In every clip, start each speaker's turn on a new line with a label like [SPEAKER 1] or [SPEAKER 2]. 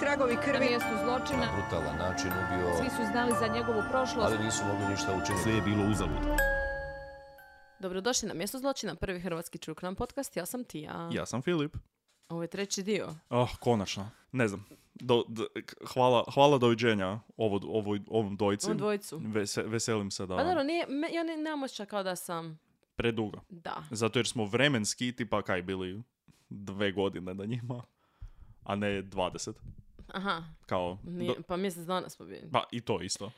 [SPEAKER 1] tragovi
[SPEAKER 2] Na
[SPEAKER 1] krvi.
[SPEAKER 2] mjestu zločina
[SPEAKER 3] brutalan način
[SPEAKER 2] svi
[SPEAKER 3] ubio,
[SPEAKER 2] su znali za njegovu prošlost.
[SPEAKER 3] ali nisu mogli ništa učiniti.
[SPEAKER 4] Sve je bilo uzalud.
[SPEAKER 5] Dobrodošli na mjesto zločina, prvi hrvatski čuklan podcast, ja sam Tija.
[SPEAKER 4] Ja sam Filip.
[SPEAKER 5] Ovo je treći dio.
[SPEAKER 4] Oh, konačno. Ne znam. Do, d- k- hvala, hvala doviđenja ovo, ovoj- ovom dojci.
[SPEAKER 5] Ovom dvojicu.
[SPEAKER 4] Vese- veselim se da...
[SPEAKER 5] Pa dobro, nije, me, ja ne, nemam osjećaj kao da sam,
[SPEAKER 4] Predugo.
[SPEAKER 5] da.
[SPEAKER 4] Zato jer smo vremenski tipa kaj bili dve godine na njima, a ne 20.
[SPEAKER 5] Aha,
[SPEAKER 4] Kao...
[SPEAKER 5] nije,
[SPEAKER 4] do-
[SPEAKER 5] pa mjesec dana smo bili.
[SPEAKER 4] pa i to isto.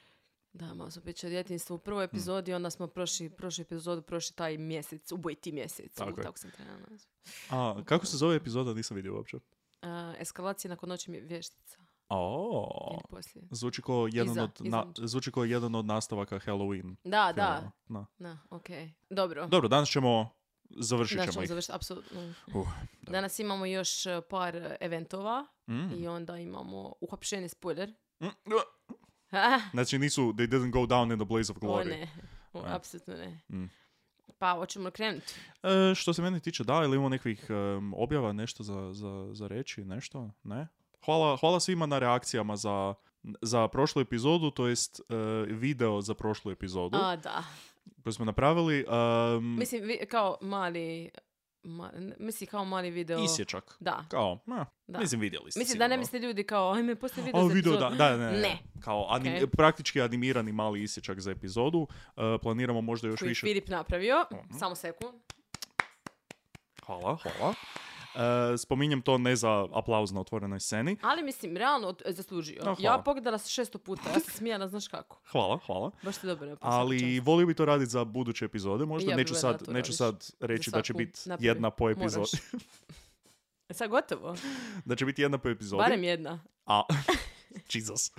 [SPEAKER 5] Da, malo smo pričali o djetinjstvu u
[SPEAKER 4] Mm.
[SPEAKER 5] prvoj epizodi, onda smo prošli, prošli epizodu, prošli taj mjesec, ubojiti mjesec.
[SPEAKER 4] Tako
[SPEAKER 5] u,
[SPEAKER 4] je.
[SPEAKER 5] tako sam trebala nazvati.
[SPEAKER 4] A, kako se zove epizoda, nisam vidio uopće.
[SPEAKER 5] Uh, eskalacija nakon noći mi- vještica.
[SPEAKER 4] O,
[SPEAKER 5] Ili poslije.
[SPEAKER 4] zvuči kao jedan,
[SPEAKER 5] Iza,
[SPEAKER 4] od, na, zvuči kao jedan od nastavaka Halloween.
[SPEAKER 5] Da, da.
[SPEAKER 4] filma. Da.
[SPEAKER 5] Da, okej. Dobro.
[SPEAKER 4] Dobro, danas ćemo... Završit
[SPEAKER 5] Znači,
[SPEAKER 4] ćemo
[SPEAKER 5] ćemo
[SPEAKER 4] ih.
[SPEAKER 5] završiti, apsolutno.
[SPEAKER 4] Uh, da.
[SPEAKER 5] Danas imamo još e, par e, eventova
[SPEAKER 4] Mm.
[SPEAKER 5] i onda imamo uhapšeni spoiler.
[SPEAKER 4] Mm. Znači nisu, they didn't go down in the blaze of
[SPEAKER 5] O
[SPEAKER 4] glory.
[SPEAKER 5] ne, O,
[SPEAKER 4] Da.
[SPEAKER 5] apsolutno ne.
[SPEAKER 4] Mm.
[SPEAKER 5] Pa, hoćemo krenuti.
[SPEAKER 4] E, što se mene tiče, da, ili imamo nekih em, objava, nešto za, za, za reći, nešto, ne? Hvala, hvala svima na reakcijama za, za prošlu epizodu, to jest e, video za prošlu epizodu
[SPEAKER 5] A, da.
[SPEAKER 4] koju smo napravili. em,
[SPEAKER 5] Mislim, vi- kao mali... ma- ne- mislim, kao mali video...
[SPEAKER 4] isječak.
[SPEAKER 5] Da,
[SPEAKER 4] Kao, ma,
[SPEAKER 5] da.
[SPEAKER 4] mislim, vidjeli ste.
[SPEAKER 5] Mislim da ne
[SPEAKER 4] sigurno.
[SPEAKER 5] mislite ljudi kao, ajme, poslije video
[SPEAKER 4] A,
[SPEAKER 5] za
[SPEAKER 4] video, da,
[SPEAKER 5] epizodu."
[SPEAKER 4] da, ne.
[SPEAKER 5] Ne.
[SPEAKER 4] Kao anim-
[SPEAKER 5] Ok.
[SPEAKER 4] praktički animirani mali isječak za epizodu. E, planiramo možda još
[SPEAKER 5] Koji je
[SPEAKER 4] više Mhm.
[SPEAKER 5] Filip napravio. Samo sekund.
[SPEAKER 4] Hvala, hvala. E, spominjem to ne za aplauz na otvorenoj sceni.
[SPEAKER 5] Ali mislim, realno od- zaslužio.
[SPEAKER 4] No, hvala.
[SPEAKER 5] ja pogledala sam šesto puta, ja sam smijana, znaš kako.
[SPEAKER 4] Hvala, hvala.
[SPEAKER 5] Baš ste dobro napisali, čast.
[SPEAKER 4] Ali volio bi to raditi za buduće epizode. Možda
[SPEAKER 5] Ja bi
[SPEAKER 4] neću,
[SPEAKER 5] voljela
[SPEAKER 4] sad,
[SPEAKER 5] da to
[SPEAKER 4] neću
[SPEAKER 5] radiš.
[SPEAKER 4] sad reći
[SPEAKER 5] Za
[SPEAKER 4] da će
[SPEAKER 5] svaku
[SPEAKER 4] biti
[SPEAKER 5] napravi.
[SPEAKER 4] jedna po
[SPEAKER 5] Moraš. E,
[SPEAKER 4] epizodi.
[SPEAKER 5] Sad gotovo.
[SPEAKER 4] da će biti jedna po epizodi.
[SPEAKER 5] Barem jedna.
[SPEAKER 4] A, Jesus.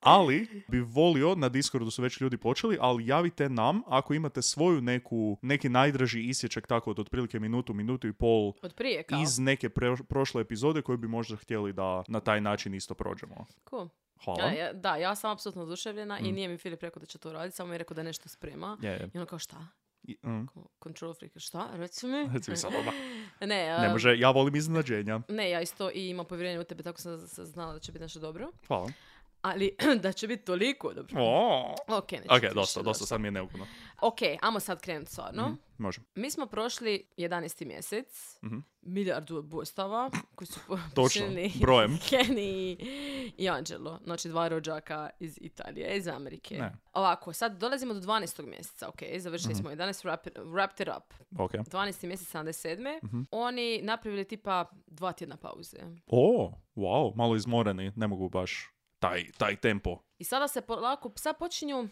[SPEAKER 4] Ali bi volio, na Discordu su već ljudi počeli, ali javite nam ako imate svoju neku, neki najdraži isječak tako od otprilike minutu, minutu i pol
[SPEAKER 5] Od prije kao.
[SPEAKER 4] iz neke pre- prošle epizode koju bi možda htjeli da na taj način isto prođemo.
[SPEAKER 5] Cool.
[SPEAKER 4] Hvala.
[SPEAKER 5] Ja, ja- da, ja sam apsolutno oduševljena
[SPEAKER 4] Mm.
[SPEAKER 5] i nije mi Filip rekao da će to raditi, samo mi je rekao da nešto sprema.
[SPEAKER 4] Je, je.
[SPEAKER 5] I ono kao šta?
[SPEAKER 4] I- mm.
[SPEAKER 5] Ko- Control freak, šta? Reci mi.
[SPEAKER 4] Reci mi sad odmah.
[SPEAKER 5] Ne,
[SPEAKER 4] Ne
[SPEAKER 5] a,
[SPEAKER 4] može, ja volim iznenađenja.
[SPEAKER 5] ne, ja isto i imam povjerenje u tebe, tako sam z- znala da će biti nešto dobro.
[SPEAKER 4] Hvala.
[SPEAKER 5] Ali da će biti toliko dobro. Ok, neću
[SPEAKER 4] Ok,
[SPEAKER 5] ti
[SPEAKER 4] dosta,
[SPEAKER 5] više
[SPEAKER 4] dosta,
[SPEAKER 5] dosta.
[SPEAKER 4] sad Mhm. mi je neugodno.
[SPEAKER 5] Ok, ajmo sad krenuti stvarno.
[SPEAKER 4] Može.
[SPEAKER 5] Mi smo prošli 11. mjesec,
[SPEAKER 4] Mhm.
[SPEAKER 5] milijardu odbojstava koji su po-
[SPEAKER 4] Točno,
[SPEAKER 5] počinili
[SPEAKER 4] brojem.
[SPEAKER 5] Kenny i Anđelo, znači dva rođaka iz Italije, iz Amerike.
[SPEAKER 4] Ne. Mhm.
[SPEAKER 5] Ovako, sad dolazimo do 12. mjeseca, ok, završili smo 11, wrap, wrapped it up.
[SPEAKER 4] Ok.
[SPEAKER 5] 12. mjesec 77.
[SPEAKER 4] Mhm.
[SPEAKER 5] Oni napravili tipa dva tjedna pauze.
[SPEAKER 4] O, wow, malo izmoreni, ne mogu baš taj, taj tempo.
[SPEAKER 5] I sada se polako, sad počinju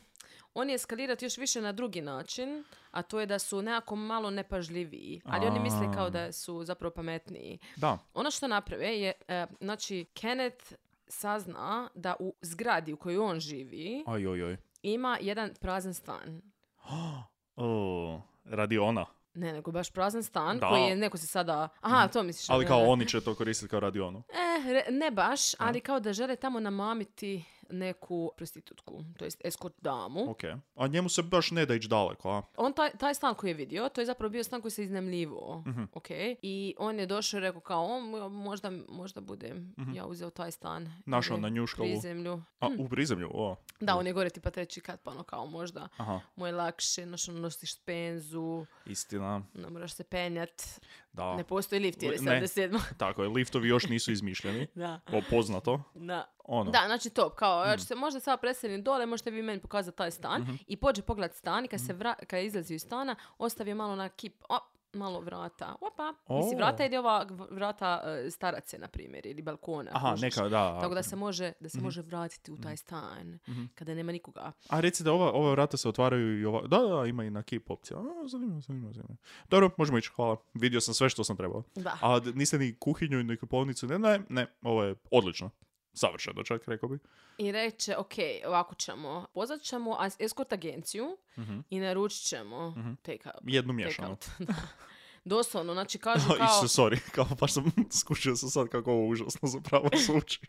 [SPEAKER 5] oni eskalirati još više na drugi način, a to je da su nekako malo nepažljiviji, ali oni misle kao da su zapravo pametniji.
[SPEAKER 4] Da,
[SPEAKER 5] Ono što naprave je, e, znači, Kenneth sazna da u zgradi u kojoj on živi
[SPEAKER 4] oj, oj, oj.
[SPEAKER 5] ima jedan prazan stan.
[SPEAKER 4] O, radiona.
[SPEAKER 5] Ne, nego baš prazan stan
[SPEAKER 4] Da. Mm.
[SPEAKER 5] koji je neko se sada... Aha, to misliš.
[SPEAKER 4] Ali
[SPEAKER 5] da,
[SPEAKER 4] kao
[SPEAKER 5] da.
[SPEAKER 4] oni će to koristiti kao radionu.
[SPEAKER 5] E, re- ne baš, ali kao da žele tamo namamiti neku prostitutku, to jest escort damu.
[SPEAKER 4] Ok. A njemu se baš ne da ići daleko, a?
[SPEAKER 5] On taj, taj stan koji je vidio, to je zapravo bio stan koji se iznemljivo,
[SPEAKER 4] Mhm.
[SPEAKER 5] ok? I on je došao i rekao kao, "O, mo- možda, možda budem ja uzeo taj stan.
[SPEAKER 4] Mhm. Našao
[SPEAKER 5] ili
[SPEAKER 4] na njuškavu.
[SPEAKER 5] prizemlju.
[SPEAKER 4] A, u prizemlju, o.
[SPEAKER 5] Da, on je gore tipa treći kat, pa ono kao možda
[SPEAKER 4] Aha,
[SPEAKER 5] mu je lakše, znaš, ono nosiš penzu,
[SPEAKER 4] istina,
[SPEAKER 5] ne moraš se penjat,
[SPEAKER 4] da.
[SPEAKER 5] ne postoji lift jer je
[SPEAKER 4] Ne.
[SPEAKER 5] 77.
[SPEAKER 4] Tako je, liftovi još nisu izmišljeni.
[SPEAKER 5] da,
[SPEAKER 4] O, poznato.
[SPEAKER 5] da.
[SPEAKER 4] Ono. Mm.
[SPEAKER 5] Da, znači top, kao, ja ću se možda sada preselim dole, možete vi meni pokazati taj stan
[SPEAKER 4] Mhm.
[SPEAKER 5] i pođe pogled stan i kad, se vra- kad izlazi iz stana, ostavi malo na kip, op, malo vrata, opa, mislim
[SPEAKER 4] O.
[SPEAKER 5] vrata ili ova v- vrata e, starace, na primjer, ili balkona.
[SPEAKER 4] Aha,
[SPEAKER 5] kužiš.
[SPEAKER 4] neka, da.
[SPEAKER 5] Tako da se može, da se može vratiti u taj stan kada nema nikoga.
[SPEAKER 4] Mhm. A reci da ova, ova vrata se otvaraju i ova... Da, da, ima i na keep opcija. A, zanimljivo, zanimljivo, zanimljivo. Dobro, možemo ići, hvala. Vidio sam sve što sam trebao.
[SPEAKER 5] Da.
[SPEAKER 4] A d- niste ni kuhinju, ni kupovnicu, ne, ne, ne, ovo je odlično. Savršeno čak, rekao bi.
[SPEAKER 5] I reče, ok, ovako ćemo. Pozvat ćemo as- escort agenciju
[SPEAKER 4] Mhm.
[SPEAKER 5] i naručit ćemo take up.
[SPEAKER 4] Jednu
[SPEAKER 5] take
[SPEAKER 4] miješanu.
[SPEAKER 5] out. Da. Doslovno, znači kažu
[SPEAKER 4] Kao...
[SPEAKER 5] kao...
[SPEAKER 4] Isu, sorry, kao baš sam skušio sam sad kako ovo užasno zapravo zvuči.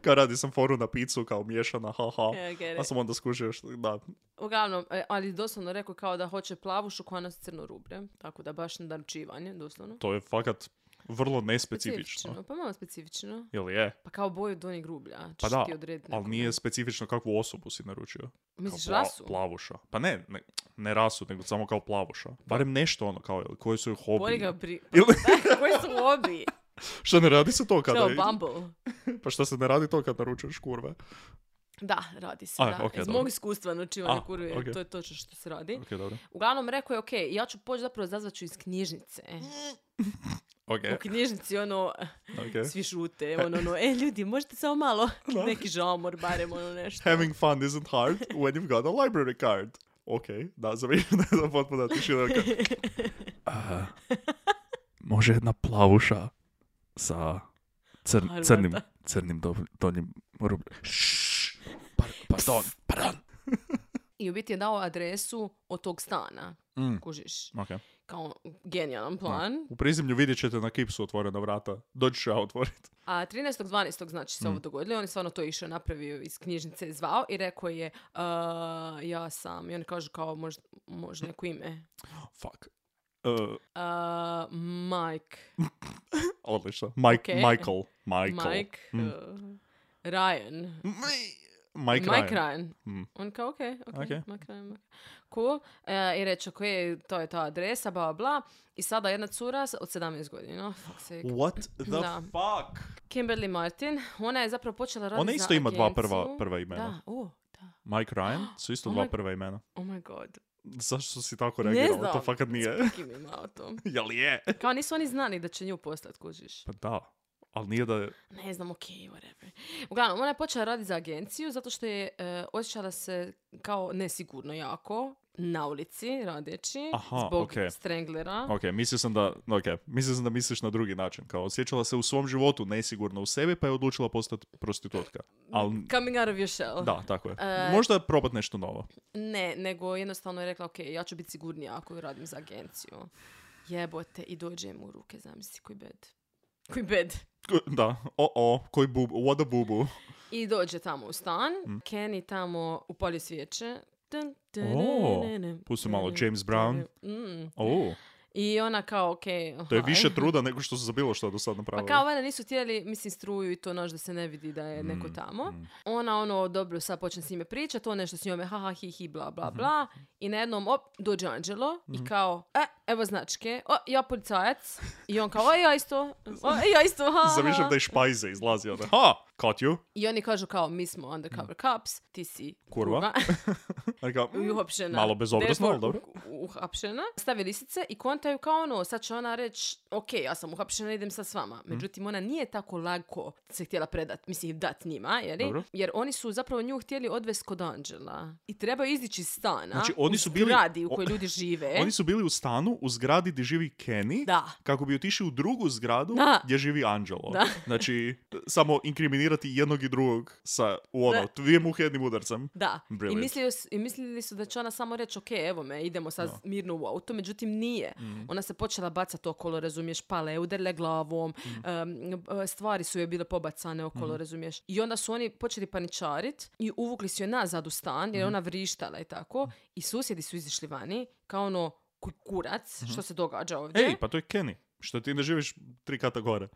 [SPEAKER 4] kao radi sam foru na picu, kao miješana, haha.
[SPEAKER 5] Ja, "E, get
[SPEAKER 4] Pa
[SPEAKER 5] it.
[SPEAKER 4] sam onda skušio što, da.
[SPEAKER 5] Uglavnom, e, ali doslovno rekao kao da hoće plavušu koja nosi crno rublje. Tako da baš naručivanje, doslovno.
[SPEAKER 4] To je fakat vrlo nespecifično.
[SPEAKER 5] Pa malo specifično.
[SPEAKER 4] Jel je?
[SPEAKER 5] Pa kao boju Doni Grublja.
[SPEAKER 4] Pa
[SPEAKER 5] ćeš
[SPEAKER 4] da,
[SPEAKER 5] ti odrediti
[SPEAKER 4] ali
[SPEAKER 5] nekoga.
[SPEAKER 4] nije specifično kakvu osobu si naručio. Kao
[SPEAKER 5] Misliš
[SPEAKER 4] pla-
[SPEAKER 5] rasu?
[SPEAKER 4] Plavuša. Pa ne, ne, ne rasu, nego samo kao plavuša. Barem nešto ono, kao, jel, koji su joj hobiji.
[SPEAKER 5] Boli ga pri... Pa
[SPEAKER 4] Ili-
[SPEAKER 5] Koji su hobi?
[SPEAKER 4] Šta ne radi se to
[SPEAKER 5] Kao
[SPEAKER 4] kada...
[SPEAKER 5] Bumble.
[SPEAKER 4] Pa šta se ne radi to kad naručuješ kurve?
[SPEAKER 5] Da, radi se.
[SPEAKER 4] A,
[SPEAKER 5] da.
[SPEAKER 4] ok,
[SPEAKER 5] Iz
[SPEAKER 4] dobro.
[SPEAKER 5] mog iskustva naručivanja
[SPEAKER 4] A,
[SPEAKER 5] kurve,
[SPEAKER 4] ok.
[SPEAKER 5] to je točno što se radi.
[SPEAKER 4] Ok, dobro.
[SPEAKER 5] Uglavnom, rekao je, ok, ja ću poći zapravo zazvat ću iz knjižnice. E,
[SPEAKER 4] Ok,
[SPEAKER 5] U knjižnici, ono,
[SPEAKER 4] ok.
[SPEAKER 5] svi šute, ono, ono, e, ljudi, možete samo malo,
[SPEAKER 4] Da.
[SPEAKER 5] neki žamor, barem, ono, nešto.
[SPEAKER 4] Having fun isn't hard when you've got a library card. Ok, da, zamišljam da je potpuno tišina. ok. A, može jedna plavuša sa crn,
[SPEAKER 5] Arvata.
[SPEAKER 4] crnim, crnim do, donjim rubljem. Par, pardon, pardon.
[SPEAKER 5] I u biti je dao adresu od tog stana,
[SPEAKER 4] Mm.
[SPEAKER 5] kužiš.
[SPEAKER 4] Okay.
[SPEAKER 5] Kao genijalan plan.
[SPEAKER 4] U prizemlju vidjet ćete na kipsu otvorena vrata. Dođi ću ja otvoriti.
[SPEAKER 5] A 13.12. znači
[SPEAKER 4] Mm.
[SPEAKER 5] se ovo dogodilo. On je stvarno to išao, napravio iz knjižnice, zvao i rekao je "A, ja sam. I oni kažu kao možda, možda neko ime.
[SPEAKER 4] Fuck. Uh,
[SPEAKER 5] A, Mike.
[SPEAKER 4] odlično. Mike,
[SPEAKER 5] Okej.
[SPEAKER 4] Michael. Michael. Mm.
[SPEAKER 5] Mike. e, Ryan.
[SPEAKER 4] Mike,
[SPEAKER 5] Mike
[SPEAKER 4] Ryan.
[SPEAKER 5] Ryan.
[SPEAKER 4] Mm.
[SPEAKER 5] On kao, ok, ok,
[SPEAKER 4] Ok.
[SPEAKER 5] Mike Ryan, Mike- Cool. E, I reče, ok, to je ta adresa, bla, bla. I sada jedna cura s- od 17 godina. Oh, fuck's sake.
[SPEAKER 4] What the
[SPEAKER 5] Da.
[SPEAKER 4] fuck?
[SPEAKER 5] Kimberly Martin, ona je zapravo počela raditi
[SPEAKER 4] Ona
[SPEAKER 5] za
[SPEAKER 4] isto ima dva prva,
[SPEAKER 5] agenciju.
[SPEAKER 4] prva imena.
[SPEAKER 5] Da, o, da.
[SPEAKER 4] Mike Ryan su isto
[SPEAKER 5] Oh
[SPEAKER 4] dva
[SPEAKER 5] my-
[SPEAKER 4] prva imena.
[SPEAKER 5] Oh my god.
[SPEAKER 4] Zašto si tako
[SPEAKER 5] Ne
[SPEAKER 4] reagirala? To
[SPEAKER 5] znam.
[SPEAKER 4] fakat nije.
[SPEAKER 5] Fucking mi malo to.
[SPEAKER 4] Jel je?
[SPEAKER 5] Kao nisu oni znali da će nju poslat, kužiš.
[SPEAKER 4] Pa da. Ali nije da je...
[SPEAKER 5] Ne znam, okej, whatever. Uglavnom, ona je počela raditi za agenciju zato što je e, osjećala se kao nesigurno jako na ulici radeći
[SPEAKER 4] Aha,
[SPEAKER 5] zbog
[SPEAKER 4] okej.
[SPEAKER 5] stranglera.
[SPEAKER 4] Ok, mislio sam da... Ok, mislio sam da misliš na drugi način. Kao osjećala se u svom životu nesigurno u sebi pa je odlučila postati prostitutka. Ali...
[SPEAKER 5] Coming out of your shell.
[SPEAKER 4] Um, Da, tako je.
[SPEAKER 5] E,
[SPEAKER 4] Možda je probat nešto novo.
[SPEAKER 5] Ne, nego jednostavno je rekla, ok, ja ću biti sigurnija ako radim za agenciju. Jebote, i dođem u ruke, zamisli, koji bed. Koji bed.
[SPEAKER 4] K- Da, o-o, koji bubu, what a bubu.
[SPEAKER 5] I dođe tamo u stan,
[SPEAKER 4] Mm.
[SPEAKER 5] Kenny tamo upalio svijeće. Dun, dun,
[SPEAKER 4] O,
[SPEAKER 5] dun, dun,
[SPEAKER 4] pusti malo
[SPEAKER 5] dun,
[SPEAKER 4] James
[SPEAKER 5] dun,
[SPEAKER 4] Brown.
[SPEAKER 5] dun. Mm.
[SPEAKER 4] O,
[SPEAKER 5] I ona kao, ok.
[SPEAKER 4] to je više truda nego što su za bilo što do sad
[SPEAKER 5] Pa
[SPEAKER 4] napravili.
[SPEAKER 5] kao valjda nisu htjeli, mislim, struju i to nož da se ne vidi da je
[SPEAKER 4] Mm,
[SPEAKER 5] neko tamo. Ona ono, dobro, sad počne s njime pričati, on nešto s njome, haha, hi, hi, bla,
[SPEAKER 4] Mhm.
[SPEAKER 5] bla, bla. I na jednom, op, dođe Anđelo i kao, e, evo značke, o, ja policajac. I on kao, o, ja isto, o, ja isto, ha, ha,
[SPEAKER 4] Zamišljam
[SPEAKER 5] ha."
[SPEAKER 4] da je špajze izlazi ono, onda. Ha, caught you.
[SPEAKER 5] I oni kažu kao, mi smo undercover cops, ti si
[SPEAKER 4] Kurva. Ali kao,
[SPEAKER 5] i
[SPEAKER 4] mm,
[SPEAKER 5] uhapšena.
[SPEAKER 4] Malo bezobrazno, ali dobro.
[SPEAKER 5] Therefore, u- Uhapšena. Stavi lisice i kontaju kao ono, sad će ona reći, ok, ja sam uhapšena, idem sad s
[SPEAKER 4] Mm.
[SPEAKER 5] vama. Međutim, ona nije tako lako se htjela predat, mislim, dat njima, jeli?
[SPEAKER 4] Dobro.
[SPEAKER 5] Jer oni su zapravo nju htjeli odvest kod Anđela. I trebaju izići iz stana.
[SPEAKER 4] Znači, oni
[SPEAKER 5] u
[SPEAKER 4] su bili-
[SPEAKER 5] zgradi u
[SPEAKER 4] o-
[SPEAKER 5] kojoj ljudi žive.
[SPEAKER 4] Oni su bili u stanu u zgradi gdje živi Kenny
[SPEAKER 5] e?" Da.
[SPEAKER 4] kako bi otišli u drugu zgradu
[SPEAKER 5] Da.
[SPEAKER 4] gdje živi Anđelo.
[SPEAKER 5] Da.
[SPEAKER 4] Znači, samo inkriminirati jednog i drugog sa u ono,
[SPEAKER 5] Da.
[SPEAKER 4] dvije muhe jednim udarcem.
[SPEAKER 5] Da. I,
[SPEAKER 4] Brilliant.
[SPEAKER 5] mislio su- I mislili su da će ona samo reći, ok, evo me, idemo sad mirno u auto, međutim nije.
[SPEAKER 4] Mhm.
[SPEAKER 5] Ona se počela bacati okolo, razumiješ, pale, udarle glavom,
[SPEAKER 4] Mhm.
[SPEAKER 5] em, e, stvari su joj bile pobacane okolo, razumiješ. I onda su oni počeli paničarit i uvukli su je nazad u stan, jer
[SPEAKER 4] Mhm.
[SPEAKER 5] je ona vrištala i tako. I susjedi su izišli vani, kao ono, "Kuj, kurac, što se događa ovdje?
[SPEAKER 4] Mhm. Ej, pa to je Kenny. Što ti ne živiš tri kata gore.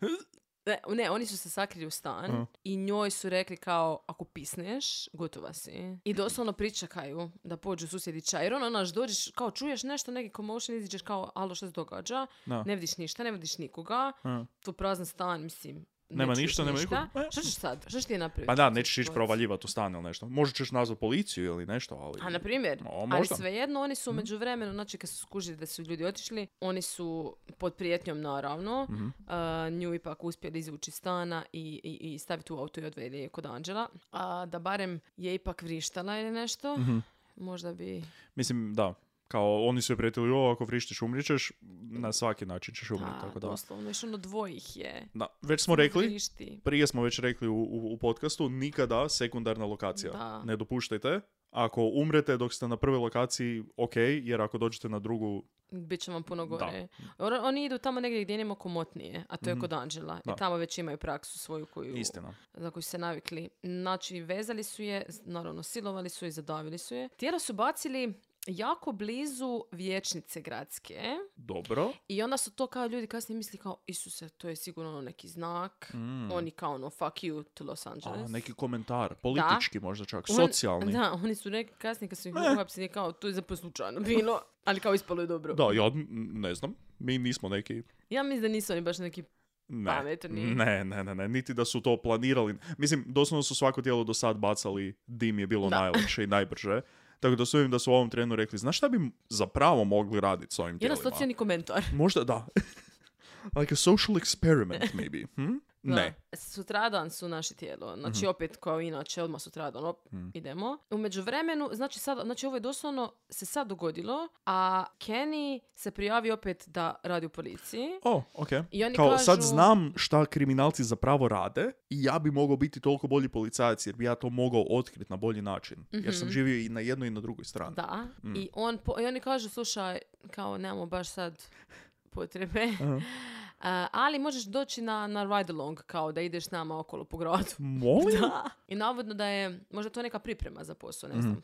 [SPEAKER 5] Ne, ne, oni su se sakrili u stan
[SPEAKER 4] Mhm.
[SPEAKER 5] i njoj su rekli kao, ako pisneš, gotova si. I doslovno pričekaju da pođu susjedi čajron, ona još dođeš, kao čuješ nešto, neki commotion, iziđeš kao, alo, što se događa?
[SPEAKER 4] Da.
[SPEAKER 5] Ne vidiš ništa, ne vidiš nikoga,
[SPEAKER 4] Mhm.
[SPEAKER 5] tu prazan stan, mislim. ne
[SPEAKER 4] Nema
[SPEAKER 5] čuješ
[SPEAKER 4] ništa, nema nikoga. E.
[SPEAKER 5] Šta ćeš sad? Šta ćeš ti napraviti?
[SPEAKER 4] Pa da,
[SPEAKER 5] u
[SPEAKER 4] nećeš
[SPEAKER 5] toj
[SPEAKER 4] ići
[SPEAKER 5] situaciji?
[SPEAKER 4] provaljivati u stan ili nešto. Možda ćeš nazvat policiju ili nešto, ali...
[SPEAKER 5] A na primjer,
[SPEAKER 4] O,
[SPEAKER 5] ali
[SPEAKER 4] možda. Mhm.
[SPEAKER 5] svejedno oni su među vremenu, znači kad su skužili da su ljudi otišli, oni su pod prijetnjom naravno,
[SPEAKER 4] Mhm.
[SPEAKER 5] a, nju ipak uspjeli izvući iz stana i, i, i staviti u auto i odveli je kod Anđela, a da barem je ipak vrištala ili nešto,
[SPEAKER 4] Mhm.
[SPEAKER 5] možda bi...
[SPEAKER 4] Mislim, da. Kao, oni su je prijetili, o, ako vrištiš, umrićeš, na svaki način ćeš umriti,
[SPEAKER 5] Da,
[SPEAKER 4] tako da.
[SPEAKER 5] doslovno, još ono dvojih je.
[SPEAKER 4] Da, već smo rekli,
[SPEAKER 5] Vrišti.
[SPEAKER 4] prije smo već rekli u, u, u podcastu, nikada sekundarna lokacija.
[SPEAKER 5] Da.
[SPEAKER 4] Ne dopuštajte. Ako umrete dok ste na prvoj lokaciji, ok, jer ako dođete na drugu,
[SPEAKER 5] Bit će vam puno gore. Or- Oni idu tamo negdje gdje nema komotnije, a to je kod Anđela.
[SPEAKER 4] Mhm. Da.
[SPEAKER 5] I tamo već imaju praksu svoju koju...
[SPEAKER 4] istina.
[SPEAKER 5] za koju su se navikli. Znači, vezali su je, s- naravno, silovali su je, zadavili su je. Tijelo su bacili jako blizu vječnice gradske
[SPEAKER 4] Dobro.
[SPEAKER 5] i onda su to kao ljudi kasnije misli kao Isuse, to je sigurno ono neki znak.
[SPEAKER 4] Mm.
[SPEAKER 5] Oni kao ono, fuck you to Los Angeles.
[SPEAKER 4] A, neki komentar, politički možda čak,
[SPEAKER 5] On-
[SPEAKER 4] socijalni.
[SPEAKER 5] Da, oni su rekli kasnije kad su ih
[SPEAKER 4] Eh.
[SPEAKER 5] uhapsili kao to je zapravo slučajno bilo, ali kao ispalo je dobro.
[SPEAKER 4] Da, ja n- ne znam. Mi nismo neki...
[SPEAKER 5] Ja mislim da nisu oni baš neki
[SPEAKER 4] Ne.
[SPEAKER 5] pametni.
[SPEAKER 4] ne, ne, ne, ne, niti da su to planirali. Mislim, doslovno su svako tijelo do sad bacali, dim je bilo
[SPEAKER 5] Da.
[SPEAKER 4] najlakše i najbrže. Tako da su im da su u ovom trenu rekli, znaš šta bi zapravo mogli raditi s ovim
[SPEAKER 5] Jedan
[SPEAKER 4] tijelima?
[SPEAKER 5] socijalni komentar.
[SPEAKER 4] Možda da. like a social experiment, maybe. Hm? Ne.
[SPEAKER 5] Da. Sutradan su naše tijelo. Znači, opet kao inače, odmah sutradan, op, idemo. U međuvremenu, znači, sad, znači ovo je doslovno se sad dogodilo, a Kenny se prijavi opet da radi u policiji.
[SPEAKER 4] O, okej.
[SPEAKER 5] I oni
[SPEAKER 4] Oh, Kao,
[SPEAKER 5] kažu,
[SPEAKER 4] sad znam šta kriminalci zapravo rade i ja bi mogao biti toliko bolji policajac jer bi ja to mogao otkriti na bolji način. Jer sam živio i na jednoj i na drugoj strani.
[SPEAKER 5] Mhm. Da. I, on, po- i oni kažu, slušaj, kao nemamo baš sad potrebe, A, ali možeš doći na, na ride along, kao da ideš s nama okolo po gradu.
[SPEAKER 4] Molim?
[SPEAKER 5] Da. I navodno da je, možda to neka priprema za posao, ne znam. I
[SPEAKER 4] Mhm.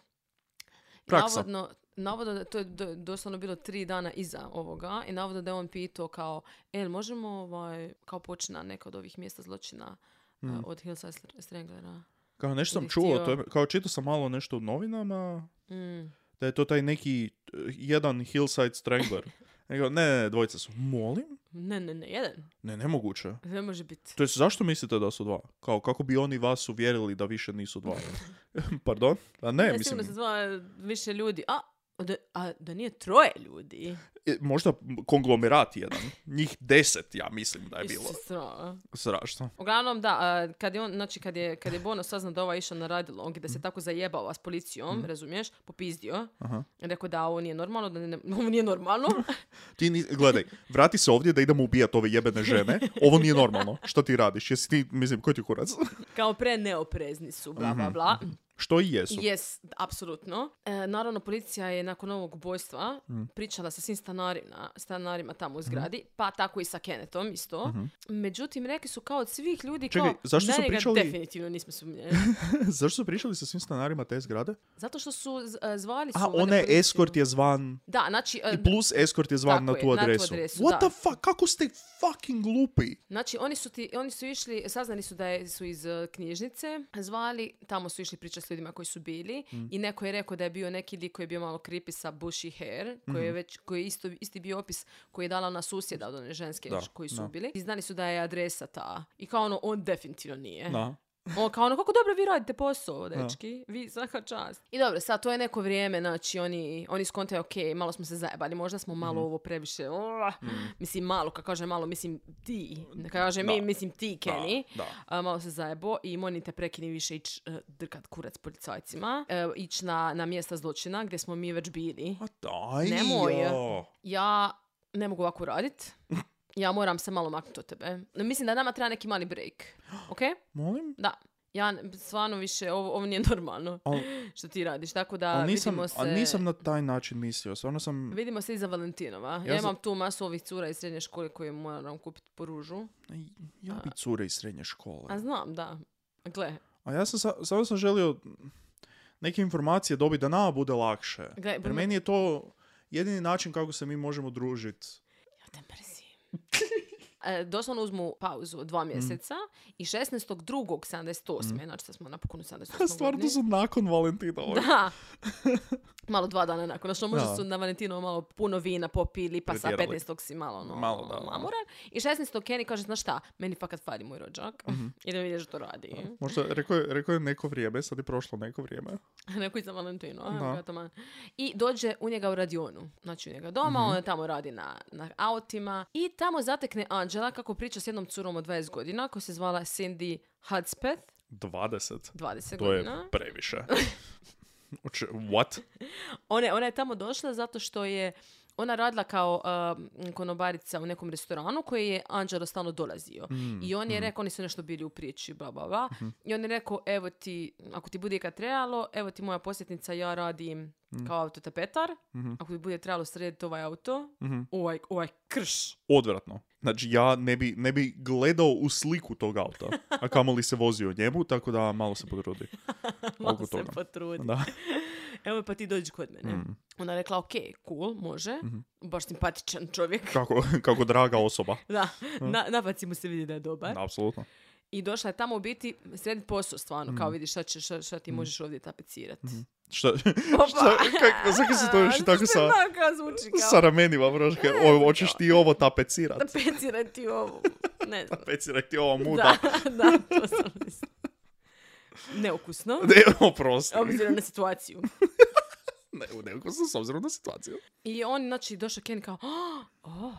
[SPEAKER 4] Praksa.
[SPEAKER 5] Navodno, navodno da to je do- doslovno bilo tri dana iza ovoga i navodno da je on pitao kao, el, možemo ovaj, kao poći na neka od ovih mjesta zločina a,
[SPEAKER 4] Mhm.
[SPEAKER 5] od Hillside Str- Stranglera.
[SPEAKER 4] Kao nešto sam
[SPEAKER 5] Ili
[SPEAKER 4] čuo,
[SPEAKER 5] htio-
[SPEAKER 4] to je, kao čitao sam malo nešto u novinama,
[SPEAKER 5] Mm.
[SPEAKER 4] da je to taj neki eh, jedan hillside strangler. Ja kao, ne, ne, ne, dvojica su. Molim?
[SPEAKER 5] Ne, ne, ne, jedan.
[SPEAKER 4] Ne, nemoguće.
[SPEAKER 5] Ne može biti.
[SPEAKER 4] To jest, zašto mislite da su dva? Kao, kako bi oni vas uvjerili da više nisu dva? Pardon? A ne,
[SPEAKER 5] ne,
[SPEAKER 4] mislim,
[SPEAKER 5] sigurno se zva više ljudi. A, da, a da nije troje ljudi.
[SPEAKER 4] e, možda konglomerat jedan. Njih deset, ja mislim da je bilo.
[SPEAKER 5] Isuse, sra.
[SPEAKER 4] Strašno.
[SPEAKER 5] Uglavnom, da, a, kad je, on, znači, kad je, kad je Bono saznao da ova išla na radilong i
[SPEAKER 4] Mm.
[SPEAKER 5] da se tako zajebava s policijom, razumiješ, popizdio.
[SPEAKER 4] Aha.
[SPEAKER 5] Rekao da ovo nije normalno, da ne, ovo nije normalno.
[SPEAKER 4] Ti ni, gledaj, vrati se ovdje da idemo ubijati ove jebene žene. Ovo nije normalno. Šta ti radiš? Jesi ti, mislim, koji ti je kurac?
[SPEAKER 5] Kao pre neoprezni su, bla,
[SPEAKER 4] Mhm,
[SPEAKER 5] bla, bla.
[SPEAKER 4] Što i jesu.
[SPEAKER 5] Jes, apsolutno. E, naravno, policija je nakon ovog ubojstva
[SPEAKER 4] Mm.
[SPEAKER 5] pričala sa svim stanarima, stanarima tamo u
[SPEAKER 4] Mhm.
[SPEAKER 5] zgradi, pa tako i sa Kennetom isto. Međutim, rekli su kao od svih ljudi
[SPEAKER 4] Čekaj,
[SPEAKER 5] kao...
[SPEAKER 4] zašto
[SPEAKER 5] na
[SPEAKER 4] su
[SPEAKER 5] njega
[SPEAKER 4] pričali-
[SPEAKER 5] definitivno nismo sumnjali.
[SPEAKER 4] Zašto su pričali sa svim stanarima te zgrade?
[SPEAKER 5] Zato što su z- e, zvali su...
[SPEAKER 4] A,
[SPEAKER 5] valjda
[SPEAKER 4] ona je
[SPEAKER 5] policiju.
[SPEAKER 4] eskort je zvan...
[SPEAKER 5] Da, znači, e,
[SPEAKER 4] I plus eskort je zvan na
[SPEAKER 5] Tako je,
[SPEAKER 4] tu
[SPEAKER 5] na tu
[SPEAKER 4] adresu.
[SPEAKER 5] adresu,
[SPEAKER 4] What
[SPEAKER 5] da.
[SPEAKER 4] the fuck? Kako ste fucking glupi?
[SPEAKER 5] Znači, oni su, ti, oni su išli, saznali su da je, su iz e, knjižnice zvali, tamo su išli pričati s ljudima koji su bili
[SPEAKER 4] Mm.
[SPEAKER 5] i neko je rekao da je bio neki lik koji je bio malo kripi sa bushy hair, koji je,
[SPEAKER 4] Mhm.
[SPEAKER 5] već, koji je isto, isti bio opis koji je dala ona susjeda od one ženske
[SPEAKER 4] Da,
[SPEAKER 5] koji su
[SPEAKER 4] da.
[SPEAKER 5] bili. I znali su da je adresa ta. I kao ono, on definitivno nije.
[SPEAKER 4] Da.
[SPEAKER 5] On kao ono, kako dobro vi radite posao, dečki. Vi svaka čast. I dobro, sad to je neko vrijeme, znači oni, oni skontaju, ok, malo smo se zajebali, možda smo
[SPEAKER 4] Mhm.
[SPEAKER 5] malo ovo previše, o, mislim malo, kad kažem malo, mislim ti, kad kažem mi,
[SPEAKER 4] Da.
[SPEAKER 5] mislim ti, Kenny.
[SPEAKER 4] Da.
[SPEAKER 5] A, malo se zajebo i molite prekini više ići drkat kurac policajcima, e, ići na, na mjesta zločina gdje smo mi već bili.
[SPEAKER 4] A Pa daj
[SPEAKER 5] Nemoj.
[SPEAKER 4] jo.
[SPEAKER 5] Ja ne mogu ovako radit. Ja moram se malo maknuti od tebe. Mislim da nama treba neki mali break. Ok?
[SPEAKER 4] Molim?
[SPEAKER 5] Da. Ja n- stvarno više, ovo, ovo nije normalno
[SPEAKER 4] Al,
[SPEAKER 5] što ti radiš. Tako da
[SPEAKER 4] al nisam,
[SPEAKER 5] vidimo se...
[SPEAKER 4] al nisam na taj način mislio. Stvarno sam...
[SPEAKER 5] Vidimo se iza Valentinova. Ja,
[SPEAKER 4] Ja sam-
[SPEAKER 5] imam tu masu ovih cura iz srednje škole koje moram kupiti po ružu.
[SPEAKER 4] Ja bi cure iz srednje škole.
[SPEAKER 5] A znam, da. Gle,
[SPEAKER 4] A ja sam, sa- samo sam želio neke informacije dobiti da nama bude lakše.
[SPEAKER 5] Gle,
[SPEAKER 4] Jer
[SPEAKER 5] Bruno-
[SPEAKER 4] meni je to jedini način kako se mi možemo družiti.
[SPEAKER 5] ja te mrzim. E, doslovno uzmu pauzu od
[SPEAKER 4] Mm.
[SPEAKER 5] dva mjeseca i 16.2.78. Znači sad smo napokon u 78. godini.
[SPEAKER 4] nakon Valentinova.
[SPEAKER 5] Da. Malo dva dana nakon. Što možda
[SPEAKER 4] Da.
[SPEAKER 5] su na Valentinovo malo puno vina popili, pa sa
[SPEAKER 4] Pretjerali.
[SPEAKER 5] 15. si malo, ono,
[SPEAKER 4] Malo, da.
[SPEAKER 5] mamoran. I 16. Kenny kaže, znaš šta, meni fakat fali moj rođak.
[SPEAKER 4] Mhm.
[SPEAKER 5] Idem vidjeti što radi.
[SPEAKER 4] Možda, rekao je, rekao je neko vrijeme, sad je prošlo neko vrijeme.
[SPEAKER 5] Rekao za Valentino. a,
[SPEAKER 4] Da.
[SPEAKER 5] brata moja. I dođe u njega u radionu. Znači u njega doma,
[SPEAKER 4] Mhm.
[SPEAKER 5] on tamo radi na, na autima. I tamo zatekne Anđela kako priča s jednom curom od 20 godina koja se zvala Cindy Hudspeth,
[SPEAKER 4] 20.
[SPEAKER 5] 20
[SPEAKER 4] To je
[SPEAKER 5] godina.
[SPEAKER 4] previše. Oče- What?
[SPEAKER 5] Ona, ona je tamo došla zato što je ona radila kao um, konobarica u nekom restoranu koji je Anđelo stalno dolazio.
[SPEAKER 4] Mm,
[SPEAKER 5] I on je rekao, oni su nešto bili u priči, bla, bla, bla.
[SPEAKER 4] Mhm.
[SPEAKER 5] I on je rekao, evo ti, ako ti bude kad trebalo, evo ti moja posjetnica, ja radim
[SPEAKER 4] Mm.
[SPEAKER 5] kao autotapetar.
[SPEAKER 4] Mhm.
[SPEAKER 5] Ako ti bude trebalo srediti ovaj auto, ovaj, ovaj krš.
[SPEAKER 4] odvratno. Znači, ja ne bi, ne bi gledao u sliku tog auta, a kamoli se vozio njemu, tako da malo se potrudi.
[SPEAKER 5] Malo
[SPEAKER 4] Oko
[SPEAKER 5] se
[SPEAKER 4] toga.
[SPEAKER 5] potrudi.
[SPEAKER 4] Da.
[SPEAKER 5] evo pa ti dođi kod mene.
[SPEAKER 4] Mm.
[SPEAKER 5] Ona je rekla, ok, cool, može,
[SPEAKER 4] Mhm.
[SPEAKER 5] baš simpatičan čovjek.
[SPEAKER 4] Kako, kako draga osoba.
[SPEAKER 5] Da,
[SPEAKER 4] Mm.
[SPEAKER 5] na, na faci mu se vidi da je dobar.
[SPEAKER 4] Apsolutno.
[SPEAKER 5] I došla je tamo u biti sredit posao stvarno,
[SPEAKER 4] Mm.
[SPEAKER 5] kao vidiš šta, će, šta, šta ti možeš ovdje tapecirati.
[SPEAKER 4] Šta, šta, kako, zašto se Mm-hmm. to još i tako sa,
[SPEAKER 5] Kao zvuči kao,
[SPEAKER 4] sa ramenima, broš, kaj, "Oj, hoćeš ti ovo tapecirat.
[SPEAKER 5] tapeciraj ti ovo. Ne znam.
[SPEAKER 4] Tapeciraj ti ovo muda.
[SPEAKER 5] Da, da, to sam mislila. Neukusno,
[SPEAKER 4] Ne, oprosti.
[SPEAKER 5] obzirom na situaciju.
[SPEAKER 4] Ne, nego sam s obzirom na situaciju.
[SPEAKER 5] I on, znači, došao Ken kao, "Ah, oh,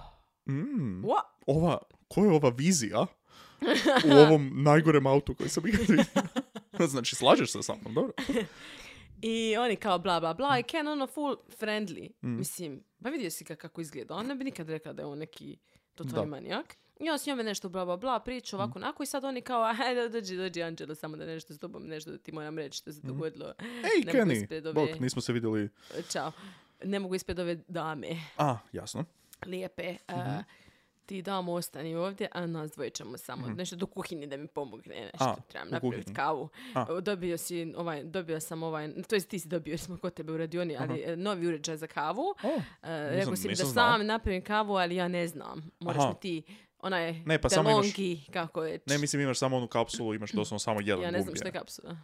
[SPEAKER 4] Mm,
[SPEAKER 5] wa,
[SPEAKER 4] ova, ko je ova vizija u ovom najgorem autu koji sam ikad vidio? znači, slažeš se sa mnom, dobro.
[SPEAKER 5] I oni kao bla bla bla i
[SPEAKER 4] Mm.
[SPEAKER 5] Ken ono full friendly. Mislim, pa vidio si ga kako izgleda. Ona bi nikad rekla da je on neki totalni
[SPEAKER 4] Da. Mm.
[SPEAKER 5] manijak. I on s njome nešto bla bla bla priča ovako onako i sad oni kao ajde dođi dođi Anđelo samo da nešto s tobom nešto da ti moram reći što se dogodilo.
[SPEAKER 4] Mhm. Ej,
[SPEAKER 5] Ne mogu ispred
[SPEAKER 4] Kenny,
[SPEAKER 5] ove-
[SPEAKER 4] bok, nismo se vidjeli.
[SPEAKER 5] Ćao. Ne mogu ispred ove dame
[SPEAKER 4] A, jasno.
[SPEAKER 5] lijepe.
[SPEAKER 4] Mhm.
[SPEAKER 5] a, ti damo ostani ovdje, a nas dvoje ćemo samo nešto do kuhinje da mi pomogne nešto.
[SPEAKER 4] Mhm. A,
[SPEAKER 5] trebam
[SPEAKER 4] u
[SPEAKER 5] napraviti
[SPEAKER 4] kuhinji.
[SPEAKER 5] kavu.
[SPEAKER 4] A.
[SPEAKER 5] Dobio si ovaj, dobio sam ovaj, to jest ti si dobio jer smo kod tebe u radioni, ali e, novi uređaj za kavu.
[SPEAKER 4] O,
[SPEAKER 5] E,
[SPEAKER 4] nisam-
[SPEAKER 5] rekao si mi da
[SPEAKER 4] nisam
[SPEAKER 5] sam
[SPEAKER 4] znao.
[SPEAKER 5] napravim kavu, ali ja ne znam. Moraš
[SPEAKER 4] Aha.
[SPEAKER 5] mi ti, ona je
[SPEAKER 4] Ne, pa samo imaš-
[SPEAKER 5] kako je.
[SPEAKER 4] Ne, mislim imaš samo onu kapsulu, imaš doslovno samo jedan
[SPEAKER 5] ja ne znam
[SPEAKER 4] bubnje.
[SPEAKER 5] što je kapsula.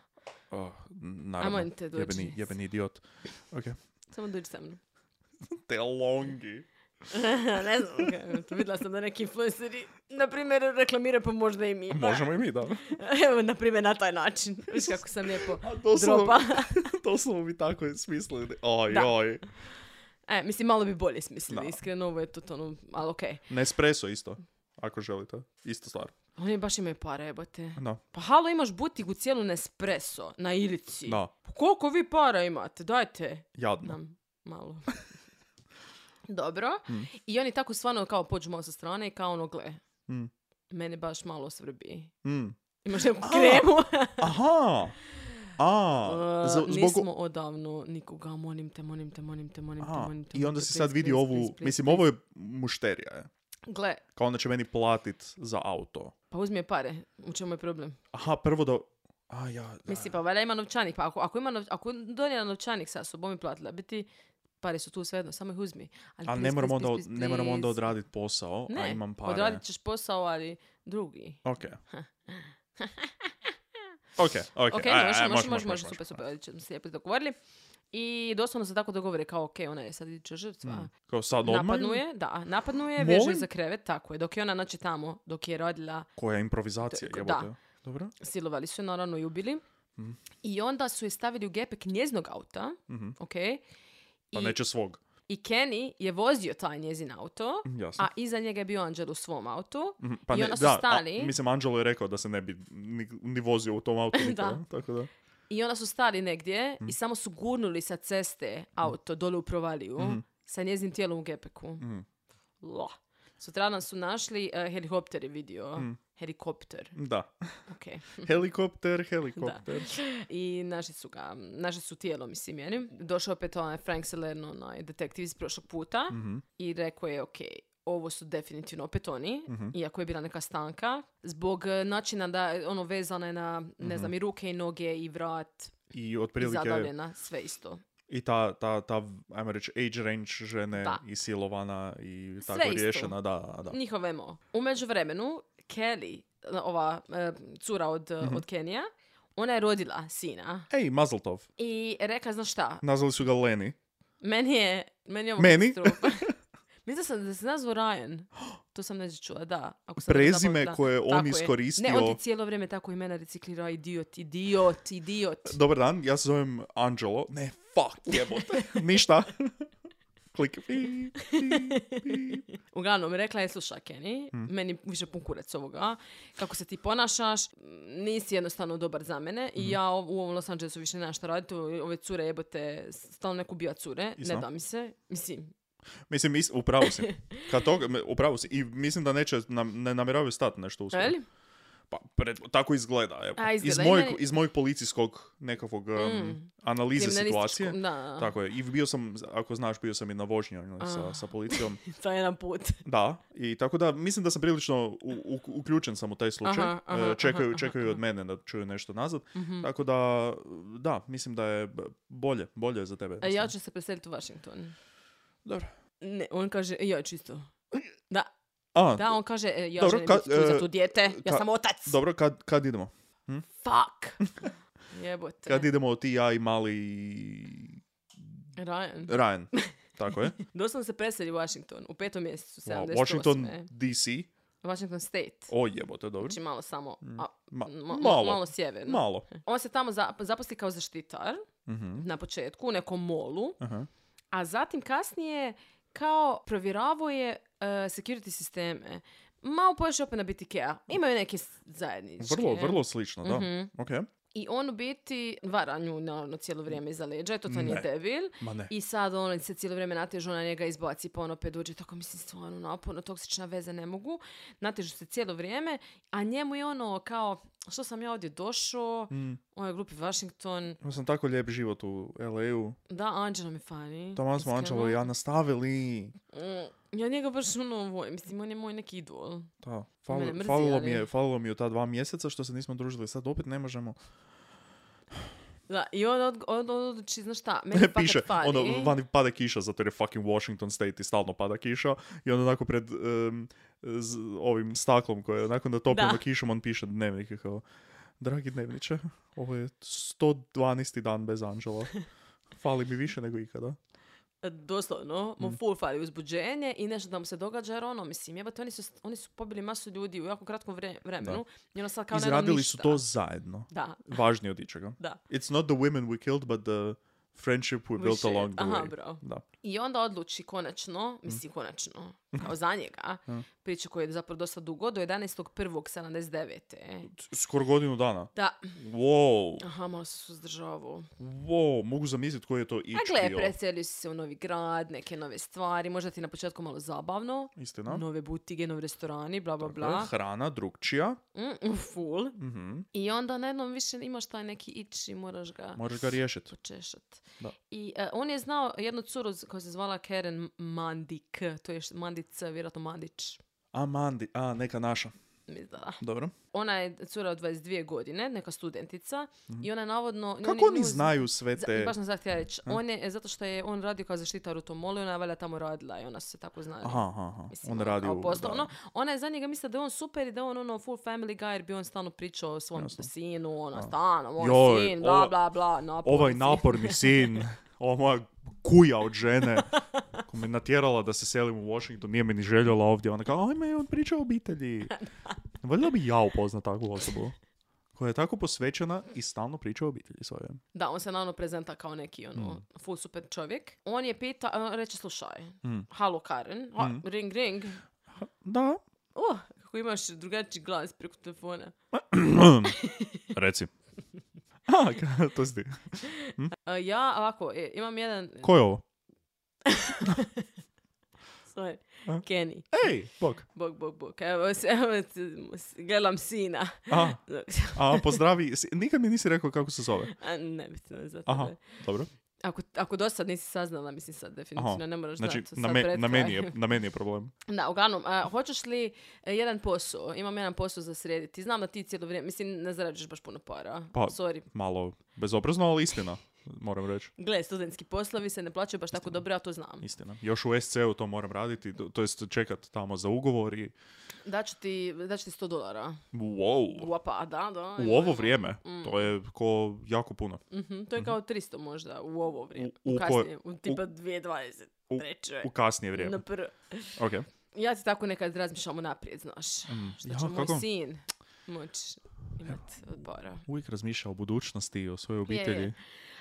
[SPEAKER 4] Oh, naravno,
[SPEAKER 5] Ajmo te dođi.
[SPEAKER 4] jebeni, jebeni idiot. Ok.
[SPEAKER 5] Samo dođi sa mnom.
[SPEAKER 4] Te longi.
[SPEAKER 5] ne znam. kako to. Vidjela sam da neki influenceri, na primjer, reklamiraju pa možda i mi.
[SPEAKER 4] Možemo i mi, da.
[SPEAKER 5] Evo, na primjer, na taj način. Viš kako sam lijepo
[SPEAKER 4] A doslovno-
[SPEAKER 5] dropa.
[SPEAKER 4] doslovno mi tako je smislili. Oj,
[SPEAKER 5] Da.
[SPEAKER 4] oj.
[SPEAKER 5] E, mislim, malo bi bolje smislili,
[SPEAKER 4] Da.
[SPEAKER 5] iskreno, ovo je to ono, ali okej.
[SPEAKER 4] Nespresso isto, ako želite. Isto stvar.
[SPEAKER 5] Oni baš imaju para, jebote.
[SPEAKER 4] Da.
[SPEAKER 5] Pa halo, imaš butigu cijelu Nespresso na Ilici.
[SPEAKER 4] Da.
[SPEAKER 5] Pa koliko vi para imate? Dajte
[SPEAKER 4] Jadno.
[SPEAKER 5] nam malo. Dobro. I oni tako stvarno kao pođu malo sa strane i kao ono, gle,
[SPEAKER 4] Mm.
[SPEAKER 5] mene baš malo svrbi.
[SPEAKER 4] Mm.
[SPEAKER 5] Imaš neku kremu.
[SPEAKER 4] Aha! A,
[SPEAKER 5] Uh,
[SPEAKER 4] za- zbog...
[SPEAKER 5] nismo odavno nikoga, molim te, molim te, molim te, molim te,
[SPEAKER 4] Aha,
[SPEAKER 5] molim te.
[SPEAKER 4] i
[SPEAKER 5] molim
[SPEAKER 4] onda
[SPEAKER 5] te,
[SPEAKER 4] si sad
[SPEAKER 5] please,
[SPEAKER 4] vidi
[SPEAKER 5] please,
[SPEAKER 4] ovu,
[SPEAKER 5] please, please,
[SPEAKER 4] mislim,
[SPEAKER 5] please.
[SPEAKER 4] ovo je mušterija, je.
[SPEAKER 5] Gle,
[SPEAKER 4] Kao onda će meni platit za auto.
[SPEAKER 5] pa uzmi je pare, u čemu je problem?
[SPEAKER 4] Aha, prvo da... A, ja... Da.
[SPEAKER 5] Mislim, pa valjda ima novčanik, pa ako, ako, ima nov, ako je donijela novčanik sa sobom i platila, bi ti, pare su tu svejedno, samo ih uzmi. Ali
[SPEAKER 4] A ne
[SPEAKER 5] please,
[SPEAKER 4] moramo
[SPEAKER 5] please,
[SPEAKER 4] onda,
[SPEAKER 5] please,
[SPEAKER 4] ne moram
[SPEAKER 5] please.
[SPEAKER 4] onda odradit posao, a
[SPEAKER 5] Ne,
[SPEAKER 4] imam pare.
[SPEAKER 5] odradit ćeš posao, ali drugi.
[SPEAKER 4] Ok. ok, ok. E,
[SPEAKER 5] Ok,
[SPEAKER 4] aj, aj,
[SPEAKER 5] može,
[SPEAKER 4] aj,
[SPEAKER 5] može, može, može, super, super, odlično, smo se lijepo dogovorili. I doslovno se tako dogovore, kao, ok, ona je sad iduća žrtva.
[SPEAKER 4] Kao sad Mm. odmah,
[SPEAKER 5] Napadnu je, da, napadnu je,
[SPEAKER 4] Molim?
[SPEAKER 5] vežu je za krevet, tako je. Dok je ona noći tamo, dok je rodila,
[SPEAKER 4] koja improvizacija,
[SPEAKER 5] Da.
[SPEAKER 4] jebote. Dobro.
[SPEAKER 5] silovali su je, naravno i ubili.
[SPEAKER 4] Mm.
[SPEAKER 5] I onda su je stavili u gepek njeznog auta, ok?
[SPEAKER 4] Mhm. Pa
[SPEAKER 5] I-
[SPEAKER 4] neće svog. Mhm,
[SPEAKER 5] I Kenny je vozio taj njezin auto,
[SPEAKER 4] Jasno.
[SPEAKER 5] a iza njega je bio Anđel u svom autu.
[SPEAKER 4] Mhm, Pa
[SPEAKER 5] I
[SPEAKER 4] ne,
[SPEAKER 5] onda su
[SPEAKER 4] da, a,
[SPEAKER 5] stali.
[SPEAKER 4] mislim, Anđelo je rekao da se ne bi ni, ni vozio u tom autu nikada, tako da.
[SPEAKER 5] I onda su stali negdje i samo su gurnuli sa ceste auto dole u provaliju sa njeznim tijelom u gepeku. Lo. Sutradan su našli, eh, helikopter je vidio. Helikopter,
[SPEAKER 4] Da.
[SPEAKER 5] okej.
[SPEAKER 4] Helikopter, helikopter.
[SPEAKER 5] I našli su ga, našli su tijelo, mislim, jeni. Došao opet onaj Frank Salerno, onaj detektiv iz prošlog puta i rekao je, ok, ovo su definitivno opet oni, iako je bila neka stanka, zbog eh, načina da je ono vezana je na, ne znam, i ruke i noge i vrat,
[SPEAKER 4] I
[SPEAKER 5] i
[SPEAKER 4] otprilike
[SPEAKER 5] zadavljena, sve isto.
[SPEAKER 4] i ta, ta, ta, ajmo reći, age range žene
[SPEAKER 5] Da.
[SPEAKER 4] i silovana i
[SPEAKER 5] Sve
[SPEAKER 4] tako
[SPEAKER 5] isto.
[SPEAKER 4] riješena, da, da.
[SPEAKER 5] njihov emo. U međuvremenu, Kelly, ova e, cura od, od Kenija, ona je rodila sina
[SPEAKER 4] Ej, Mazeltov,
[SPEAKER 5] i rekla, znaš šta,
[SPEAKER 4] nazvali su ga Leni.
[SPEAKER 5] meni je, meni je ovo
[SPEAKER 4] Meni?
[SPEAKER 5] katastrofa." Mislila sam da se nazvao Ryan. To sam neđe čula, da. Ako sam
[SPEAKER 4] Prezime
[SPEAKER 5] zapamtila.
[SPEAKER 4] koje je on
[SPEAKER 5] Tako je.
[SPEAKER 4] iskoristio-
[SPEAKER 5] Ne, on ti cijelo vrijeme tako imena reciklira, idiot, idiot, idiot.
[SPEAKER 4] Dobar dan, ja se zovem Anđelo. Ne, fuck, jebote. Ništa. Klik. Pi, pi, pi.
[SPEAKER 5] Uglavnom, rekla je, slušaj, Kenny,
[SPEAKER 4] Mm.
[SPEAKER 5] meni više pun kurac ovoga, kako se ti ponašaš, m, nisi jednostavno dobar za mene
[SPEAKER 4] Mhm.
[SPEAKER 5] i ja ov- u ovom Los Angelesu više nemam šta raditi, ove ove cure jebote, stalno neko ubija cure,
[SPEAKER 4] Isno.
[SPEAKER 5] ne da mi se, mislim,
[SPEAKER 4] Mislim, is, upravo si. Kad toga, me- upravo si. I mislim da neće, nam, ne namjeravaju stati nešto uskoro.
[SPEAKER 5] želi?
[SPEAKER 4] Pa, pred, tako izgleda, evo.
[SPEAKER 5] A, izgleda.
[SPEAKER 4] Iz, mojeg,
[SPEAKER 5] Ima-
[SPEAKER 4] iz mojeg policijskog nekakvog um,
[SPEAKER 5] Mm.
[SPEAKER 4] analize
[SPEAKER 5] Kriminalističko-
[SPEAKER 4] situacije.
[SPEAKER 5] Da, da.
[SPEAKER 4] Tako je. I bio sam, ako znaš, bio sam i na vožnji ono, sa,
[SPEAKER 5] Ah.
[SPEAKER 4] sa policijom.
[SPEAKER 5] to je na put.
[SPEAKER 4] Da, i tako da mislim da sam prilično u, u- uključen sam u taj slučaj.
[SPEAKER 5] Aha, aha,
[SPEAKER 4] E, čekaju
[SPEAKER 5] aha,
[SPEAKER 4] čekaju
[SPEAKER 5] aha.
[SPEAKER 4] od mene da čuju nešto nazad.
[SPEAKER 5] Mhm.
[SPEAKER 4] Tako da, da, mislim da je b- bolje, bolje je za tebe.
[SPEAKER 5] A ja
[SPEAKER 4] jednostavno.
[SPEAKER 5] ću se preseliti u Washington.
[SPEAKER 4] Dobro.
[SPEAKER 5] Ne, on kaže, "E, ja ću isto. Da,
[SPEAKER 4] A,
[SPEAKER 5] da, on kaže, "E, ja
[SPEAKER 4] Dobro,
[SPEAKER 5] želim
[SPEAKER 4] kad-
[SPEAKER 5] biti tu za
[SPEAKER 4] e,
[SPEAKER 5] tu dijete, ja
[SPEAKER 4] ka-
[SPEAKER 5] sam otac.
[SPEAKER 4] dobro, kad, kad idemo?
[SPEAKER 5] Fuck. Jebote.
[SPEAKER 4] Kad idemo ti, ja i mali i
[SPEAKER 5] Ryan.
[SPEAKER 4] Ryan. Tako je.
[SPEAKER 5] Doslovno se preseli u Washington u petom mjesecu 78.
[SPEAKER 4] Wow, Washington DC.
[SPEAKER 5] Washington State.
[SPEAKER 4] O jebote, dobro.
[SPEAKER 5] Znači malo samo, a,
[SPEAKER 4] Ma-
[SPEAKER 5] ma-
[SPEAKER 4] malo.
[SPEAKER 5] malo sjeverno.
[SPEAKER 4] Malo.
[SPEAKER 5] On se tamo za- zaposli kao zaštitar
[SPEAKER 4] Mhm.
[SPEAKER 5] na početku u nekom molu,
[SPEAKER 4] Aha.
[SPEAKER 5] a zatim kasnije kao provjeravao je e, security sisteme. Malo po shopa na BTK-a. Imaju neke s- zajedničke.
[SPEAKER 4] Vrlo, vrlo slično, da.
[SPEAKER 5] Mhm.
[SPEAKER 4] Ok.
[SPEAKER 5] I on u biti vara nju naravno cijelo vrijeme iza leđa, to
[SPEAKER 4] Ne.
[SPEAKER 5] je debil.
[SPEAKER 4] Ma ne.
[SPEAKER 5] I sad on se cijelo vrijeme natežu na njega, izbaci pa ono opet dođe, tako mislim stvarno ono, naporno, toksična veza ne mogu. Natežu se cijelo vrijeme, a njemu je ono kao, što sam ja ovdje došao,
[SPEAKER 4] Mm.
[SPEAKER 5] on je glupi Washington,
[SPEAKER 4] Imao sam tako lijep život u LA-u.
[SPEAKER 5] da, Anđela mi fani.
[SPEAKER 4] Tamo smo
[SPEAKER 5] Mm, iskreno.
[SPEAKER 4] Anđelo i ja nastavili.
[SPEAKER 5] Mm, Ja njega baš ono, ovo, mislim, on je moj neki idol.
[SPEAKER 4] Da, falo,
[SPEAKER 5] mrzi,
[SPEAKER 4] falilo, mi
[SPEAKER 5] ali-
[SPEAKER 4] je, falilo mi je ta dva mjeseca što se nismo družili. Sad opet ne možemo.
[SPEAKER 5] Da, i on od, od, odluči, znaš šta, meni fakat
[SPEAKER 4] Piše,
[SPEAKER 5] fali.
[SPEAKER 4] ono, vani pada kiša, zato jer je fucking Washington State i stalno pada kiša. I onda onako pred em, z- ovim staklom koje je nakon da topimo
[SPEAKER 5] Da.
[SPEAKER 4] kišom, on piše dnevnik i kao, dragi dnevniče, ovo je 112. dan bez Anđela. Fali mi više nego ikada.
[SPEAKER 5] doslovno,
[SPEAKER 4] Mm.
[SPEAKER 5] mu full fali uzbuđenje i nešto da mu se događa, jer ono, mislim, jebate, oni su, oni su pobili masu ljudi u jako kratkom vre- vremenu. I ono sad kao ne znam
[SPEAKER 4] Izradili su
[SPEAKER 5] ništa.
[SPEAKER 4] to zajedno.
[SPEAKER 5] Da,
[SPEAKER 4] Važnije od ičega.
[SPEAKER 5] da.
[SPEAKER 4] It's not the women we killed, but the friendship we, built
[SPEAKER 5] Više-
[SPEAKER 4] along the
[SPEAKER 5] aha,
[SPEAKER 4] way. Mm.
[SPEAKER 5] bro.
[SPEAKER 4] Da.
[SPEAKER 5] I onda odluči konačno, mislim konačno, kao za njega, priču koju je zapravo dosta dugo, do 11.1.79.
[SPEAKER 4] Skoro godinu dana.
[SPEAKER 5] Da,
[SPEAKER 4] Wow.
[SPEAKER 5] aha, malo se suzdržavao.
[SPEAKER 4] Wow, mogu zamisliti koji je to ič
[SPEAKER 5] A gle,
[SPEAKER 4] bio.
[SPEAKER 5] preselio si Dakle, se u novi grad, neke nove stvari, možda ti na početku malo zabavno,
[SPEAKER 4] Istina.
[SPEAKER 5] nove butige, novi restorani, bla, bla,
[SPEAKER 4] Tako je,
[SPEAKER 5] bla.
[SPEAKER 4] Hrana drugčija.
[SPEAKER 5] Mm, full.
[SPEAKER 4] Mhm.
[SPEAKER 5] I onda na jednom više imaš taj neki ić i moraš ga...
[SPEAKER 4] Možeš ga riješiti.
[SPEAKER 5] počešat.
[SPEAKER 4] Da.
[SPEAKER 5] I e, on je znao jednu curu z- koja se zvala Karen Mandik, to je š- Mandic, vjerojatno Mandić.
[SPEAKER 4] A Mandi, a neka naša.
[SPEAKER 5] mislim da da.
[SPEAKER 4] Dobro.
[SPEAKER 5] Ona je cura od 22 godine, neka studentica, i ona je navodno...
[SPEAKER 4] Mhm. Kako oni
[SPEAKER 5] nju-
[SPEAKER 4] znaju sve
[SPEAKER 5] za-
[SPEAKER 4] te...
[SPEAKER 5] Baš sam sad htjela reći. On je, e, zato što je on radio kao zaštitar u tom molu i ona je valjda tamo radila i ona su se tako znali.
[SPEAKER 4] Aha, aha, aha.
[SPEAKER 5] Mislim,
[SPEAKER 4] on
[SPEAKER 5] ono,
[SPEAKER 4] radi
[SPEAKER 5] kao
[SPEAKER 4] u...
[SPEAKER 5] poslovno.
[SPEAKER 4] da.
[SPEAKER 5] Ona je za njega mislila da je on super i da je on ono full family guy jer bi on stalno pričao o svom
[SPEAKER 4] Jasno.
[SPEAKER 5] sinu,
[SPEAKER 4] Da.
[SPEAKER 5] ona stano, moj
[SPEAKER 4] Joj,
[SPEAKER 5] sin, bla,
[SPEAKER 4] ova-
[SPEAKER 5] bla, bla, napor,
[SPEAKER 4] Ovaj
[SPEAKER 5] sin.
[SPEAKER 4] naporni sin, ova moja kuja od žene, koja me natjerala da se selim u Washington, nije me ni željela ovdje. Ona kao, ajme, on priča o obitelji. Valjda bi ja upoznao takvu osobu. Koja je tako posvećena i stalno priča o obitelji svoje.
[SPEAKER 5] Da, on se naravno prezenta kao neki ono,
[SPEAKER 4] Mm.
[SPEAKER 5] full super čovjek. On je pita, a, reče, slušaj,
[SPEAKER 4] Mm.
[SPEAKER 5] halo Karen, ha, ring ring,
[SPEAKER 4] Da.
[SPEAKER 5] oh, kako imaš drugačiji glas preko telefona.
[SPEAKER 4] Reci. A, to si ti.
[SPEAKER 5] A, ja, ovako, e, imam jedan,
[SPEAKER 4] Ko je ovo?
[SPEAKER 5] sorry,
[SPEAKER 4] A?
[SPEAKER 5] Kenny,
[SPEAKER 4] Ej, bok.
[SPEAKER 5] bog, bog, bog, evo, se- evo, se- gledam sina.
[SPEAKER 4] A, a pozdravi, si- nikad mi nisi rekao kako se zove.
[SPEAKER 5] A, ne mislim za
[SPEAKER 4] Aha,
[SPEAKER 5] tebe.
[SPEAKER 4] dobro.
[SPEAKER 5] Ako, ako do sad nisi saznala, mislim sad definitivno,
[SPEAKER 4] Aha.
[SPEAKER 5] ne moraš
[SPEAKER 4] Znači,
[SPEAKER 5] znati. sad
[SPEAKER 4] na, me,
[SPEAKER 5] pred
[SPEAKER 4] na,
[SPEAKER 5] kraj.
[SPEAKER 4] meni je, na meni je problem.
[SPEAKER 5] Da, uglavnom, a, hoćeš li e, jedan posao, imam jedan posao za srediti, znam da ti cijelo vrijeme, mislim, ne zarađuješ baš puno para,
[SPEAKER 4] Pa-
[SPEAKER 5] sorry.
[SPEAKER 4] Malo bezobrazno, ali istina. Moram reći,
[SPEAKER 5] Gle, studentski poslovi se ne plaćaju baš tako dobro, ja to znam.
[SPEAKER 4] istina. Još u SC-u to moram raditi, to- to jest čekat tamo za ugovor i...
[SPEAKER 5] Daću ti, daću ti 100 dolara.
[SPEAKER 4] Wow!
[SPEAKER 5] Uapa, da, da.
[SPEAKER 4] U ovo vrijeme,
[SPEAKER 5] Mm.
[SPEAKER 4] to je ko jako puno.
[SPEAKER 5] Mhm, to je kao 300 možda, u ovo vrijeme.
[SPEAKER 4] U-
[SPEAKER 5] U,
[SPEAKER 4] u
[SPEAKER 5] kasnije, u tipa 2023.
[SPEAKER 4] U- U kasnije vrijeme.
[SPEAKER 5] na prvo.
[SPEAKER 4] Ok.
[SPEAKER 5] Ja ti tako nekad razmišljam unaprijed, znaš. Što
[SPEAKER 4] Mm. Ja,
[SPEAKER 5] će moj
[SPEAKER 4] kako?
[SPEAKER 5] sin moći imat od para.
[SPEAKER 4] Uvijek razmišlja o budućnosti i o svojoj
[SPEAKER 5] Je, je.
[SPEAKER 4] obitelji.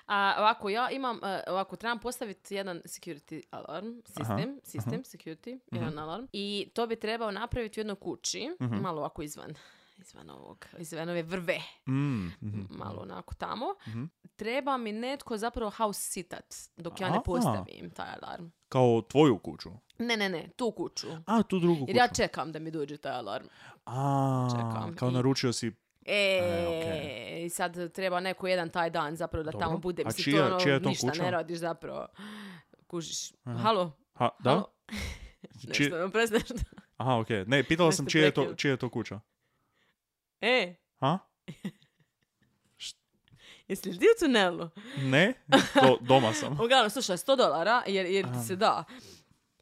[SPEAKER 5] A ovako, ja imam, e, ovako, trebam postaviti jedan security alarm,
[SPEAKER 4] Aha, Mhm.
[SPEAKER 5] sistem, sistem, security, jedan alarm. I to bi trebao napraviti u jednoj kući, malo ovako izvan, izvan ovog, izvan ove vrve,
[SPEAKER 4] Mm, mhm.
[SPEAKER 5] malo onako tamo. Treba mi netko zapravo house sitat dok ja ne
[SPEAKER 4] Aha.
[SPEAKER 5] postavim taj alarm.
[SPEAKER 4] Kao tvoju kuću.
[SPEAKER 5] Ne, ne, ne, tu kuću.
[SPEAKER 4] A, tu drugu kuću.
[SPEAKER 5] Jer ja čekam da mi dođe taj alarm.
[SPEAKER 4] A,
[SPEAKER 5] čekam
[SPEAKER 4] kao
[SPEAKER 5] i-
[SPEAKER 4] naručio si...
[SPEAKER 5] E,
[SPEAKER 4] E,
[SPEAKER 5] i sad treba neko jedan taj dan zapravo da
[SPEAKER 4] Dobro.
[SPEAKER 5] tamo bude.
[SPEAKER 4] A
[SPEAKER 5] Mislim,
[SPEAKER 4] čija-
[SPEAKER 5] to ono,
[SPEAKER 4] čija je to
[SPEAKER 5] ništa
[SPEAKER 4] kuća?
[SPEAKER 5] ne radiš zapravo. Kužiš.
[SPEAKER 4] Aha.
[SPEAKER 5] Halo?
[SPEAKER 4] Ha, da? Znači-
[SPEAKER 5] Halo?
[SPEAKER 4] Čije-
[SPEAKER 5] Nešto, prez nešto.
[SPEAKER 4] Aha, okej. Ne, pitala
[SPEAKER 5] Ne
[SPEAKER 4] sam
[SPEAKER 5] ste
[SPEAKER 4] čije je, to,
[SPEAKER 5] prekidali.
[SPEAKER 4] čije je to kuća.
[SPEAKER 5] E,
[SPEAKER 4] Ha?
[SPEAKER 5] jesi li ti u tunelu?
[SPEAKER 4] Ne? Do, doma sam.
[SPEAKER 5] Uglavnom, slušaj, 100 dolara, jer, jer ti
[SPEAKER 4] Aha.
[SPEAKER 5] se da.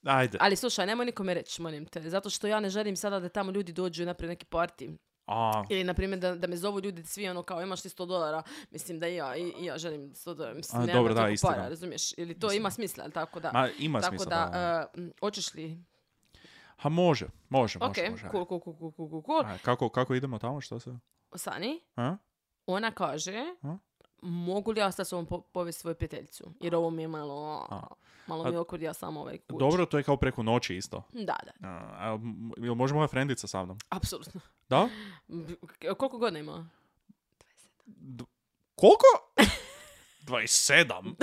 [SPEAKER 4] Ajde.
[SPEAKER 5] Ali slušaj, nemoj nikome reći, molim te. Zato što ja ne želim sada da tamo ljudi dođu naprijed neki parti.
[SPEAKER 4] A,
[SPEAKER 5] Ili, na primjer, da, da me zovu ljudi svi ono kao imaš ti 100 dolara. Mislim da i ja, i, i ja želim 100 dolara. Mislim,
[SPEAKER 4] A,
[SPEAKER 5] nemam
[SPEAKER 4] dobro, da,
[SPEAKER 5] toliko
[SPEAKER 4] istina.
[SPEAKER 5] para, razumiješ? Ili to ima smisla, jel tako da.
[SPEAKER 4] ma, ima
[SPEAKER 5] tako
[SPEAKER 4] smisla.
[SPEAKER 5] da,
[SPEAKER 4] da, da.
[SPEAKER 5] e, m, hoćeš li?
[SPEAKER 4] Ha, može. Može,
[SPEAKER 5] Ok,
[SPEAKER 4] može, može. ajde.
[SPEAKER 5] cool, cool, cool, cool, cool, cool, cool.
[SPEAKER 4] A, kako, kako idemo tamo, što se?
[SPEAKER 5] Sani,
[SPEAKER 4] A?
[SPEAKER 5] ona kaže,
[SPEAKER 4] A?
[SPEAKER 5] mogu li ja sad s ovom po- povesti svoju prijateljicu? Jer ovo mi je malo,
[SPEAKER 4] A.
[SPEAKER 5] malo
[SPEAKER 4] A-
[SPEAKER 5] mi je okud ja sama ovaj kuć.
[SPEAKER 4] Dobro, to je kao preko noći isto.
[SPEAKER 5] Da, da,
[SPEAKER 4] A, a, m- jel može moja frendica sa mnom?
[SPEAKER 5] apsolutno.
[SPEAKER 4] Da?
[SPEAKER 5] B- k- Koliko godina ima?
[SPEAKER 4] D- koliko? 27?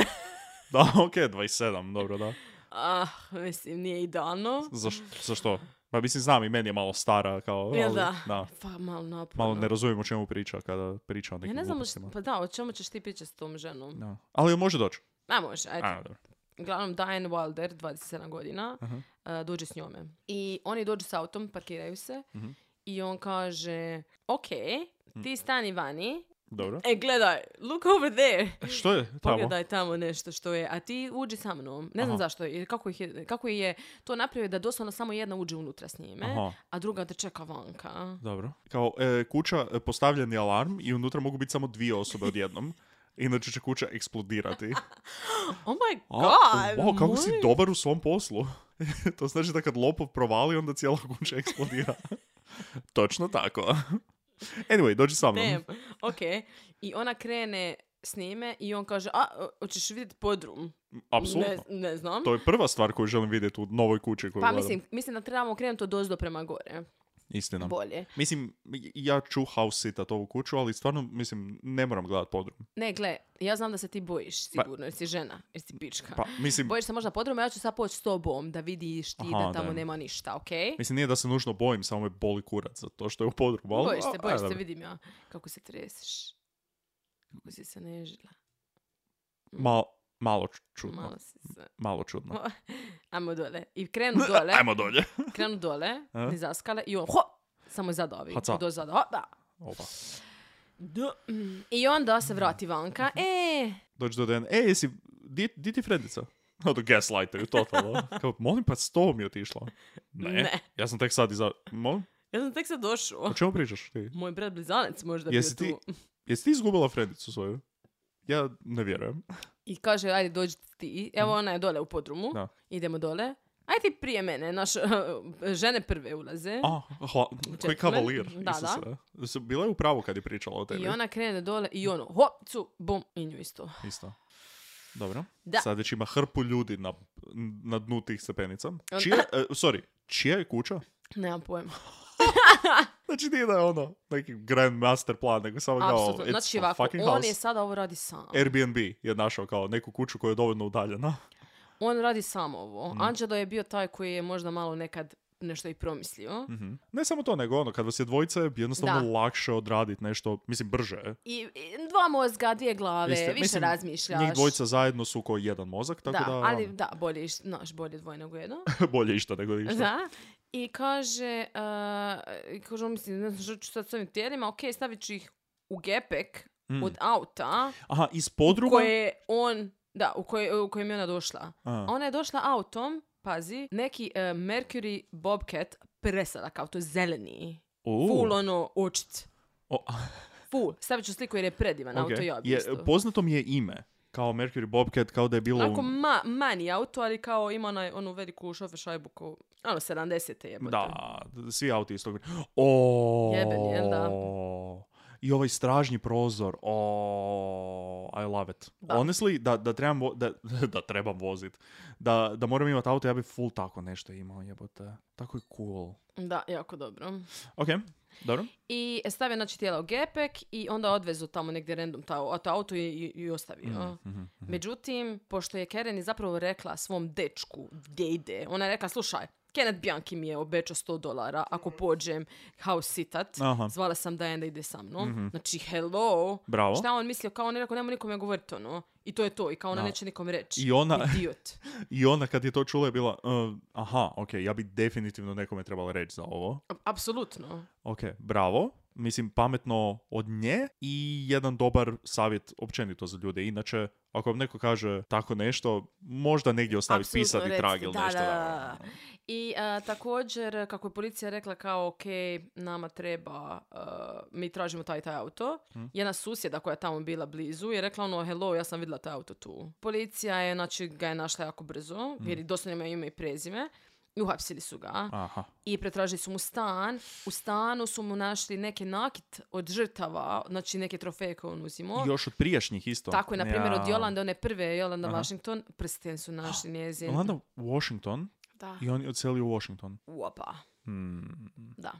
[SPEAKER 4] da, okej, 27, dobro, da.
[SPEAKER 5] Ah, mislim, nije idealno.
[SPEAKER 4] Zaš, zašto? Pa mislim, znam i meni je malo stara, kao...
[SPEAKER 5] Jel
[SPEAKER 4] ali-
[SPEAKER 5] da? Pa malo naporno.
[SPEAKER 4] Malo ne razumijem o čemu priča kada priča o
[SPEAKER 5] Ja
[SPEAKER 4] nekim
[SPEAKER 5] ne znam,
[SPEAKER 4] glupostima.
[SPEAKER 5] o- pa da, o čemu ćeš ti pričati s tom ženom?
[SPEAKER 4] Da. Ali jel može doći.
[SPEAKER 5] A može, ajde.
[SPEAKER 4] A, dobro.
[SPEAKER 5] Uglavnom, Diane Wilder, 27 godina,
[SPEAKER 4] Aha.
[SPEAKER 5] e, dođe s njome. I oni dođu s autom, parkiraju se
[SPEAKER 4] Mhm.
[SPEAKER 5] i on kaže, ok, ti stani vani,
[SPEAKER 4] Dobro.
[SPEAKER 5] e gledaj, look over there.
[SPEAKER 4] Što je E, tamo?
[SPEAKER 5] E, Pogledaj tamo nešto što je, a ti uđi sa mnom. Ne znam
[SPEAKER 4] Aha.
[SPEAKER 5] zašto, jer kako, ih je, kako je to napravio da doslovno samo jedna uđe unutra s njime,
[SPEAKER 4] Aha,
[SPEAKER 5] a druga te čeka vanka.
[SPEAKER 4] dobro. Kao e, kuća, e, postavljen je alarm i unutra mogu biti samo dvije osobe odjednom. Inače će kuća eksplodirati.
[SPEAKER 5] Oh my
[SPEAKER 4] A,
[SPEAKER 5] god!
[SPEAKER 4] wow, kako si
[SPEAKER 5] molim
[SPEAKER 4] dobar u svom poslu. to znači da kad lopov provali, onda cijela kuća eksplodira. Točno tako. Anyway, dođi sa mnom.
[SPEAKER 5] Damn. Ok. I ona krene s njime i on kaže, a, hoćeš vidjeti podrum?
[SPEAKER 4] Apsolutno.
[SPEAKER 5] Ne, ne znam.
[SPEAKER 4] To je prva stvar koju želim vidjeti u novoj kući koju
[SPEAKER 5] Pa
[SPEAKER 4] gledam.
[SPEAKER 5] mislim, mislim da trebamo krenuti od ozdo prema gore.
[SPEAKER 4] Istina.
[SPEAKER 5] Bolje.
[SPEAKER 4] Mislim, ja ću house sitat ovu kuću, ali stvarno, mislim, ne moram gledat podrum.
[SPEAKER 5] Ne, gle, ja znam da se ti bojiš,
[SPEAKER 4] Pa-
[SPEAKER 5] sigurno, jer si žena, jer si pička.
[SPEAKER 4] Pa, mislim,
[SPEAKER 5] Bojiš se možda podruma, ja ću sad poći s tobom da vidiš ti
[SPEAKER 4] Aha,
[SPEAKER 5] da tamo
[SPEAKER 4] da.
[SPEAKER 5] nema ništa, ok?
[SPEAKER 4] mislim, nije da se nužno bojim, samo me boli kurac za to što je u podrumu. ali-
[SPEAKER 5] Bojiš se,
[SPEAKER 4] a,
[SPEAKER 5] bojiš
[SPEAKER 4] a,
[SPEAKER 5] se,
[SPEAKER 4] dobro.
[SPEAKER 5] vidim ja. Kako se treseš. Kako si se nežila.
[SPEAKER 4] Ma- malo čudno. Malo,
[SPEAKER 5] Malo si se.
[SPEAKER 4] čudno.
[SPEAKER 5] Ajmo dole. I krenu dole.
[SPEAKER 4] Ajmo dolje.
[SPEAKER 5] krenu dole,
[SPEAKER 4] A?
[SPEAKER 5] niz zaskale i on ho, samo je zadovi.
[SPEAKER 4] Haca.
[SPEAKER 5] Do zada, ho, da.
[SPEAKER 4] Opa.
[SPEAKER 5] Da. I onda se vrati vanka. E,
[SPEAKER 4] Dođe do den, e, jesi, di, di ti Fredica? Od gaslighterju, totalno. Kao, molim pa, s tobom je otišla. Ne.
[SPEAKER 5] Ne. Oh.
[SPEAKER 4] Ja sam tek sad iza... Molim?
[SPEAKER 5] ja sam tek sad došao.
[SPEAKER 4] O čemu pričaš ti?
[SPEAKER 5] Moj brat blizanac možda
[SPEAKER 4] Jesi
[SPEAKER 5] bio
[SPEAKER 4] ti,
[SPEAKER 5] tu.
[SPEAKER 4] jesi ti izgubila Fredicu svoju? Ja ne vjerujem.
[SPEAKER 5] Mm. I kaže, ajde dođi ti. Evo ona je dole u podrumu.
[SPEAKER 4] Da.
[SPEAKER 5] Idemo dole. Ajde ti prije mene, naš, žene prve ulaze.
[SPEAKER 4] A, hla, koji
[SPEAKER 5] Gentleman.
[SPEAKER 4] kavalir.
[SPEAKER 5] Da,
[SPEAKER 4] Isuse. Se- Bila je u pravu kad je pričala o tebi.
[SPEAKER 5] I ona krene dole i ono, hop, cu, bum, i nju isto.
[SPEAKER 4] Isto. Dobro.
[SPEAKER 5] Da.
[SPEAKER 4] Sad već ima hrpu ljudi na, na dnu tih stepenica. Čija, e, sorry, čija je kuća?
[SPEAKER 5] Nemam pojma.
[SPEAKER 4] Znači nije da je ono neki grand master plan, nego samo kao
[SPEAKER 5] Apsolutno.
[SPEAKER 4] it's
[SPEAKER 5] Znači
[SPEAKER 4] a
[SPEAKER 5] ovako,
[SPEAKER 4] fucking
[SPEAKER 5] on
[SPEAKER 4] house. E-
[SPEAKER 5] je sada ovo radi sam.
[SPEAKER 4] Airbnb je našao kao neku kuću koja je dovoljno udaljena.
[SPEAKER 5] On radi sam ovo.
[SPEAKER 4] Mm.
[SPEAKER 5] Anđelo je bio taj koji je možda malo nekad nešto i promislio.
[SPEAKER 4] Mhm. Ne samo to, nego ono, kad vas je dvojica, je jednostavno
[SPEAKER 5] Da.
[SPEAKER 4] lakše odraditi nešto, mislim, brže. je.
[SPEAKER 5] I, i dva mozga, dvije glave,
[SPEAKER 4] Isto-
[SPEAKER 5] više razmišljaš.
[SPEAKER 4] Njih dvojica zajedno su ko jedan mozak,
[SPEAKER 5] da,
[SPEAKER 4] tako da,
[SPEAKER 5] ali da, bolje, iš- znaš, bolje dvoje nego jedno.
[SPEAKER 4] ono, bolje išta nego ništa.
[SPEAKER 5] da. I kaže, uh, i kaže, on misli, ne znam što ću sad s ovim tijelima, ok, stavit ću ih u gepek
[SPEAKER 4] Mm.
[SPEAKER 5] od auta
[SPEAKER 4] Aha, iz podruma...
[SPEAKER 5] koje je on, da, u, koje, u kojem je ona došla.
[SPEAKER 4] A,
[SPEAKER 5] A Ona je došla autom, pazi, neki e, Mercury Bobcat presada, kao to zeleni.
[SPEAKER 4] u,
[SPEAKER 5] Full ono očit.
[SPEAKER 4] o,
[SPEAKER 5] Full. Stavit ću sliku jer je predivan
[SPEAKER 4] ok.
[SPEAKER 5] auto ja bi
[SPEAKER 4] Je,
[SPEAKER 5] isto.
[SPEAKER 4] poznato mi je ime, kao Mercury Bobcat, kao da je bilo...
[SPEAKER 5] Onako ma, manji auto, ali kao ima onaj, onu veliku šofer šajbu ko, ono, 70. jebote.
[SPEAKER 4] Da, svi auti isto. O.
[SPEAKER 5] Jeben, jel da?
[SPEAKER 4] I ovaj stražnji prozor. O, I love it.
[SPEAKER 5] Da.
[SPEAKER 4] Honestly, da, da trebam, vo- da, da trebam vozit. Da, da moram imati auto, ja bi full tako nešto imao, jebote. Tako je cool.
[SPEAKER 5] Da, jako dobro.
[SPEAKER 4] Ok, Dobro?
[SPEAKER 5] I stavio znači tijela u gepek i onda odvezu tamo negdje random ta, to auto i, i, i ostavio.
[SPEAKER 4] Mhm,
[SPEAKER 5] Međutim, pošto je Karen zapravo rekla svom dečku gdje ide, ona je rekla, slušaj, Kenneth Bianchi mi je obećao 100 dolara ako pođem house sitat.
[SPEAKER 4] Aha. Mhm.
[SPEAKER 5] Zvala sam Diane da ide sa mnom. Znači, hello.
[SPEAKER 4] Bravo.
[SPEAKER 5] Šta je on mislio? Kao on je rekao, nema nikome govoriti ono. I to je to. I kao ona
[SPEAKER 4] Da.
[SPEAKER 5] neće nikom reći.
[SPEAKER 4] I ona-
[SPEAKER 5] Idiot.
[SPEAKER 4] I onda kad je to čula je bila, "E, aha, ok, ja bi definitivno nekome trebala reći za ovo.
[SPEAKER 5] A- Apsolutno.
[SPEAKER 4] Ok, bravo. Mislim, pametno od nje i jedan dobar savjet općenito za ljude. Inače, ako vam neko kaže tako nešto, možda negdje ostaviti
[SPEAKER 5] Apsolutno,
[SPEAKER 4] pisani
[SPEAKER 5] recite,
[SPEAKER 4] trag ili
[SPEAKER 5] da,
[SPEAKER 4] nešto.
[SPEAKER 5] da, da. I a, također, kako je policija rekla kao, ok, nama treba, a, mi tražimo taj i taj auto.
[SPEAKER 4] Mhm.
[SPEAKER 5] Jedna susjeda koja je tamo bila blizu je rekla ono, hello, ja sam vidjela taj auto tu. Policija je, znači, ga je našla jako brzo,
[SPEAKER 4] Mhm.
[SPEAKER 5] jer doslovno ima ime i prezime. I uhapsili su ga.
[SPEAKER 4] Aha.
[SPEAKER 5] I pretražili su mu stan. U stanu su mu našli neki nakit od žrtava, znači neke trofeje koje on uzimao.
[SPEAKER 4] I još od prijašnjih isto.
[SPEAKER 5] Tako je, na primjer, od
[SPEAKER 4] Ja.
[SPEAKER 5] Jolanda, one prve, Jolanda Washington, prsten su našli njezin.
[SPEAKER 4] Jolanda Washington
[SPEAKER 5] Da.
[SPEAKER 4] i on je odselio u Washington.
[SPEAKER 5] Uopa,
[SPEAKER 4] Hmm.
[SPEAKER 5] da.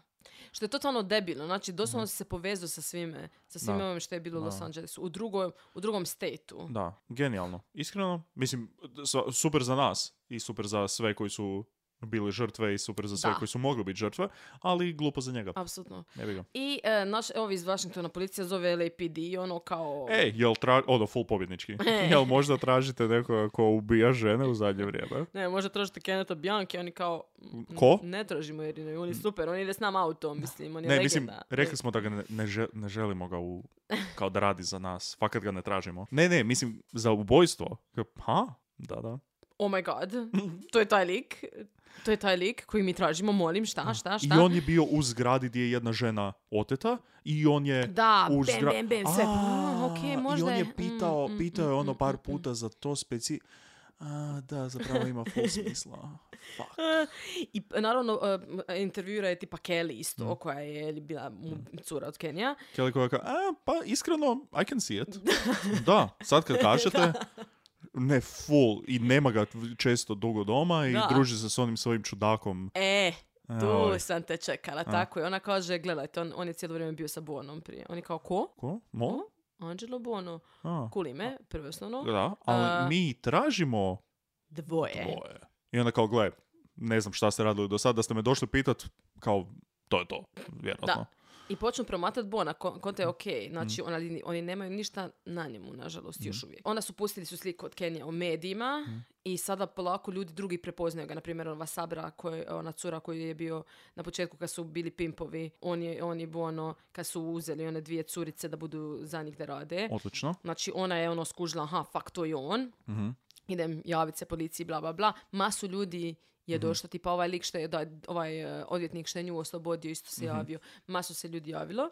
[SPEAKER 5] Što je totalno debilno, znači doslovno si se povezao sa svime, sa svime
[SPEAKER 4] Mhm. Da.
[SPEAKER 5] ovim što je bilo u Los Angelesu, u, drugoj, u drugom stateu.
[SPEAKER 4] Da, genijalno. Iskreno, mislim, sva- super za nas i super za sve koji su bili žrtve i super za sve
[SPEAKER 5] Da.
[SPEAKER 4] koji su mogli biti žrtve, ali glupo za njega.
[SPEAKER 5] Apsolutno.
[SPEAKER 4] Ne bi ga.
[SPEAKER 5] I e, naš, evo iz Washingtona policija zove LAPD i ono kao...
[SPEAKER 4] Ej, E, jel tra... Odo, full pobjednički.
[SPEAKER 5] E.
[SPEAKER 4] jel možda tražite nekoga ko ubija žene u zadnje vrijeme?
[SPEAKER 5] Ne, možda tražite Keneta Bianchi, oni kao... "M,
[SPEAKER 4] Ko?" Mm.
[SPEAKER 5] Ne tražimo jer je on je super, on ide s nama autom, mislim, on je
[SPEAKER 4] Ne,
[SPEAKER 5] legenda.
[SPEAKER 4] mislim, rekli smo da ga ne, ne žel- ne želimo ga u, kao da radi za nas. Fakat ga ne tražimo. Ne, ne, mislim, za ubojstvo. Kao, Ha? Da, da.
[SPEAKER 5] Oh my god, to je taj lik, to je taj lik koji mi tražimo, molim, šta, šta, šta.
[SPEAKER 4] I on je bio u zgradi gdje je jedna žena oteta i on je...
[SPEAKER 5] Da,
[SPEAKER 4] u
[SPEAKER 5] bam,
[SPEAKER 4] zgra-
[SPEAKER 5] bam, bam, sve.
[SPEAKER 4] A,
[SPEAKER 5] Ah, ok, možda
[SPEAKER 4] I on je
[SPEAKER 5] mm,
[SPEAKER 4] pitao,
[SPEAKER 5] mm,
[SPEAKER 4] pitao je
[SPEAKER 5] mm,
[SPEAKER 4] ono
[SPEAKER 5] mm,
[SPEAKER 4] par
[SPEAKER 5] mm,
[SPEAKER 4] puta za to speci... A, da, zapravo ima full smisla. Fuck.
[SPEAKER 5] I p- naravno, e, intervjuira je tipa Kelly isto,
[SPEAKER 4] Mm.
[SPEAKER 5] koja je je li, bila mu cura od Kenija.
[SPEAKER 4] Kelly koja kao, a, pa iskreno, I can see it. da, sad kad kažete, ne full i nema ga često dugo doma i
[SPEAKER 5] Da.
[SPEAKER 4] druži se s onim svojim čudakom. ovaj,
[SPEAKER 5] E,
[SPEAKER 4] Oj.
[SPEAKER 5] tu sam te čekala, tako je. Ona kaže, gledajte, on, on je cijelo vrijeme bio sa Bonom prije. On je kao, ko?
[SPEAKER 4] Ko? Mo?
[SPEAKER 5] Angelo Bono.
[SPEAKER 4] A,
[SPEAKER 5] Kuli me, prvo i osnovno.
[SPEAKER 4] da, ali
[SPEAKER 5] A- E.
[SPEAKER 4] mi tražimo
[SPEAKER 5] Dvoje.
[SPEAKER 4] tvoje. I onda kao, gle, ne znam šta ste radili do sad, da ste me došli pitat, kao, to je to, vjerojatno.
[SPEAKER 5] Da. I počnu promatrati Bona, ko- konta je ok, znači oni, oni nemaju ništa na njemu, nažalost, još uvijek. Onda su pustili su sliku od Kenija u medijima i sada polako ljudi drugi prepoznaju ga, na primjer ova Sabra, koj, ona cura koju je bio na početku kad su bili pimpovi, on je, on je Bono, kad su uzeli one dvije curice da budu za njih da rade.
[SPEAKER 4] Odlično.
[SPEAKER 5] Znači ona je ono skužila, aha, fakt to je on,
[SPEAKER 4] Mhm.
[SPEAKER 5] idem javit se policiji, bla, bla, bla. Masu ljudi je
[SPEAKER 4] Mhm.
[SPEAKER 5] došlo, tipa ovaj lik što je, da, ovaj e, odvjetnik što je nju oslobodio, isto se
[SPEAKER 4] Mhm.
[SPEAKER 5] javio. Masu se ljudi javilo.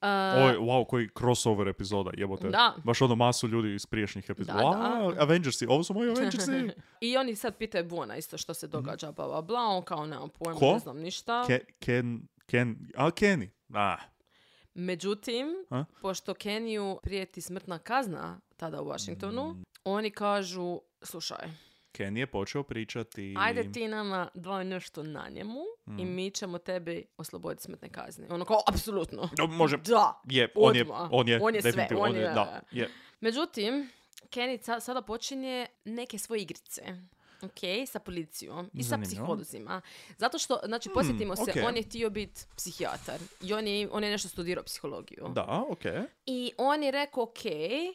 [SPEAKER 5] A,
[SPEAKER 4] Ovo je, wow, koji crossover epizoda, jebote.
[SPEAKER 5] Da.
[SPEAKER 4] Baš ono masu ljudi iz priješnjih epizoda.
[SPEAKER 5] Da, da.
[SPEAKER 4] wow, Avengersi, ovo su moji Avengersi.
[SPEAKER 5] I oni sad pitaju Bona isto što se događa, bla, bla, bla. On kao, nemam pojma,
[SPEAKER 4] Mhm. Ko?
[SPEAKER 5] ne znam ništa.
[SPEAKER 4] Ken, Ken, Ken, a Kenny. Ah,
[SPEAKER 5] Međutim,
[SPEAKER 4] A?
[SPEAKER 5] pošto Keniju prijeti smrtna kazna tada u Washingtonu,
[SPEAKER 4] Mm.
[SPEAKER 5] oni kažu, slušaj,
[SPEAKER 4] Ken je počeo pričati.
[SPEAKER 5] ajde ti nama dvaj nešto na njemu i
[SPEAKER 4] Mm.
[SPEAKER 5] mi ćemo tebi osloboditi smrtne kazne. Ono kao, apsolutno.
[SPEAKER 4] No, može.
[SPEAKER 5] Da.
[SPEAKER 4] Je, on je,
[SPEAKER 5] odmah.
[SPEAKER 4] on je,
[SPEAKER 5] On je sve,
[SPEAKER 4] definitivno,
[SPEAKER 5] on
[SPEAKER 4] on je,
[SPEAKER 5] je, da,
[SPEAKER 4] da,
[SPEAKER 5] da.
[SPEAKER 4] je.
[SPEAKER 5] Međutim, Kenny ca- sada počinje neke svoje igrice. Ok, sa policijom i
[SPEAKER 4] Zanimljivo. Mm,
[SPEAKER 5] sa psiholozima. Zato što, znači, posjetimo se,
[SPEAKER 4] okej.
[SPEAKER 5] on je htio biti psihijatar i on je, on je nešto studirao psihologiju.
[SPEAKER 4] Da, okej.
[SPEAKER 5] I on je rekao, ok,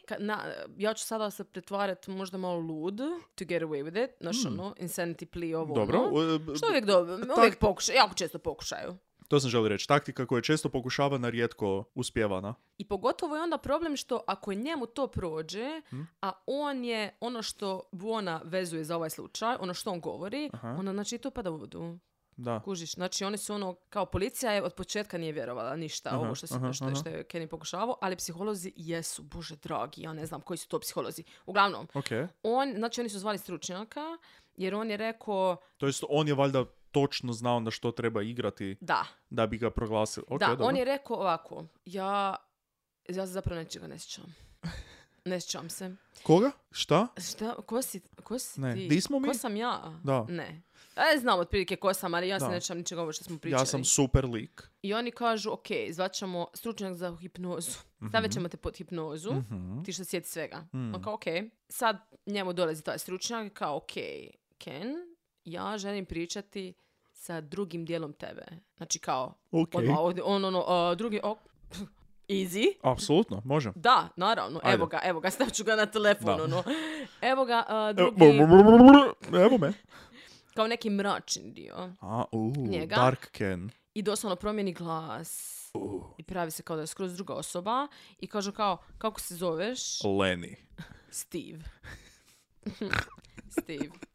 [SPEAKER 5] ka- na, ja ću sada se pretvarati možda malo lud, to get away with it, znaš ono, insanity plea, ovo
[SPEAKER 4] Mm. Dobro.
[SPEAKER 5] ono.
[SPEAKER 4] e,
[SPEAKER 5] Što uvijek, dobro, uvijek pokušaju, jako često pokušaju.
[SPEAKER 4] To sam želio reći. Taktika koja je često pokušavana, rijetko uspjevana.
[SPEAKER 5] I pogotovo je onda problem što ako njemu to prođe,
[SPEAKER 4] Hm?
[SPEAKER 5] a on je ono što Buona vezuje za ovaj slučaj, ono što on govori, onda znači i to pada u vodu.
[SPEAKER 4] Da.
[SPEAKER 5] Kužiš, znači oni su ono, kao policija je od početka nije vjerovala ništa
[SPEAKER 4] Aha,
[SPEAKER 5] ovo što, se,
[SPEAKER 4] aha,
[SPEAKER 5] što, je-
[SPEAKER 4] aha.
[SPEAKER 5] što je Kenny pokušavao, ali psiholozi jesu, bože dragi, ja ne znam koji su to psiholozi. Uglavnom,
[SPEAKER 4] Okej.
[SPEAKER 5] on, znači oni su zvali stručnjaka, jer on je rekao,
[SPEAKER 4] To jest, on je valjda točno znao na što treba igrati
[SPEAKER 5] da,
[SPEAKER 4] da bi ga proglasili. Ok,
[SPEAKER 5] da,
[SPEAKER 4] dobro.
[SPEAKER 5] on je rekao ovako, ja, ja se zapravo nečega ne sjećam. Ne sjećam se.
[SPEAKER 4] Koga? Šta?
[SPEAKER 5] Šta? Ko si, ko si
[SPEAKER 4] Ne,
[SPEAKER 5] ti?
[SPEAKER 4] di smo mi?
[SPEAKER 5] Ko sam ja?
[SPEAKER 4] Da.
[SPEAKER 5] Ne. E, znam otprilike ko sam, ali ja se
[SPEAKER 4] Da.
[SPEAKER 5] ne sjećam ničega ovo što smo pričali.
[SPEAKER 4] Ja sam super lik.
[SPEAKER 5] I oni kažu, ok, zvaćemo stručnjak za hipnozu.
[SPEAKER 4] Mhm.
[SPEAKER 5] Stavit ćemo te pod hipnozu, ti što sjeti svega. On kao, ok. Sad njemu dolazi taj stručnjak i kao, ok, Ken, ja želim pričati sa drugim dijelom tebe. Znači kao,
[SPEAKER 4] Ok.
[SPEAKER 5] odmah ovdje, on, ono, a, drugi, ok, easy.
[SPEAKER 4] Apsolutno, može.
[SPEAKER 5] Da, naravno,
[SPEAKER 4] Ajde.
[SPEAKER 5] evo ga, evo ga, stavit ću ga na telefon,
[SPEAKER 4] Da.
[SPEAKER 5] ono. Evo ga, a,
[SPEAKER 4] Evo,
[SPEAKER 5] drugi,
[SPEAKER 4] Evo me.
[SPEAKER 5] kao neki mračni dio.
[SPEAKER 4] A, u,
[SPEAKER 5] Njega.
[SPEAKER 4] Dark Ken.
[SPEAKER 5] I doslovno promijeni glas.
[SPEAKER 4] Uh.
[SPEAKER 5] I pravi se kao da je skroz druga osoba. I kaže kao, kako se zoveš?
[SPEAKER 4] Lenny.
[SPEAKER 5] Steve. Steve.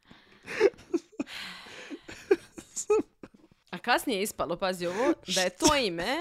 [SPEAKER 5] A kasnije je ispalo, pazi ovo, da je to ime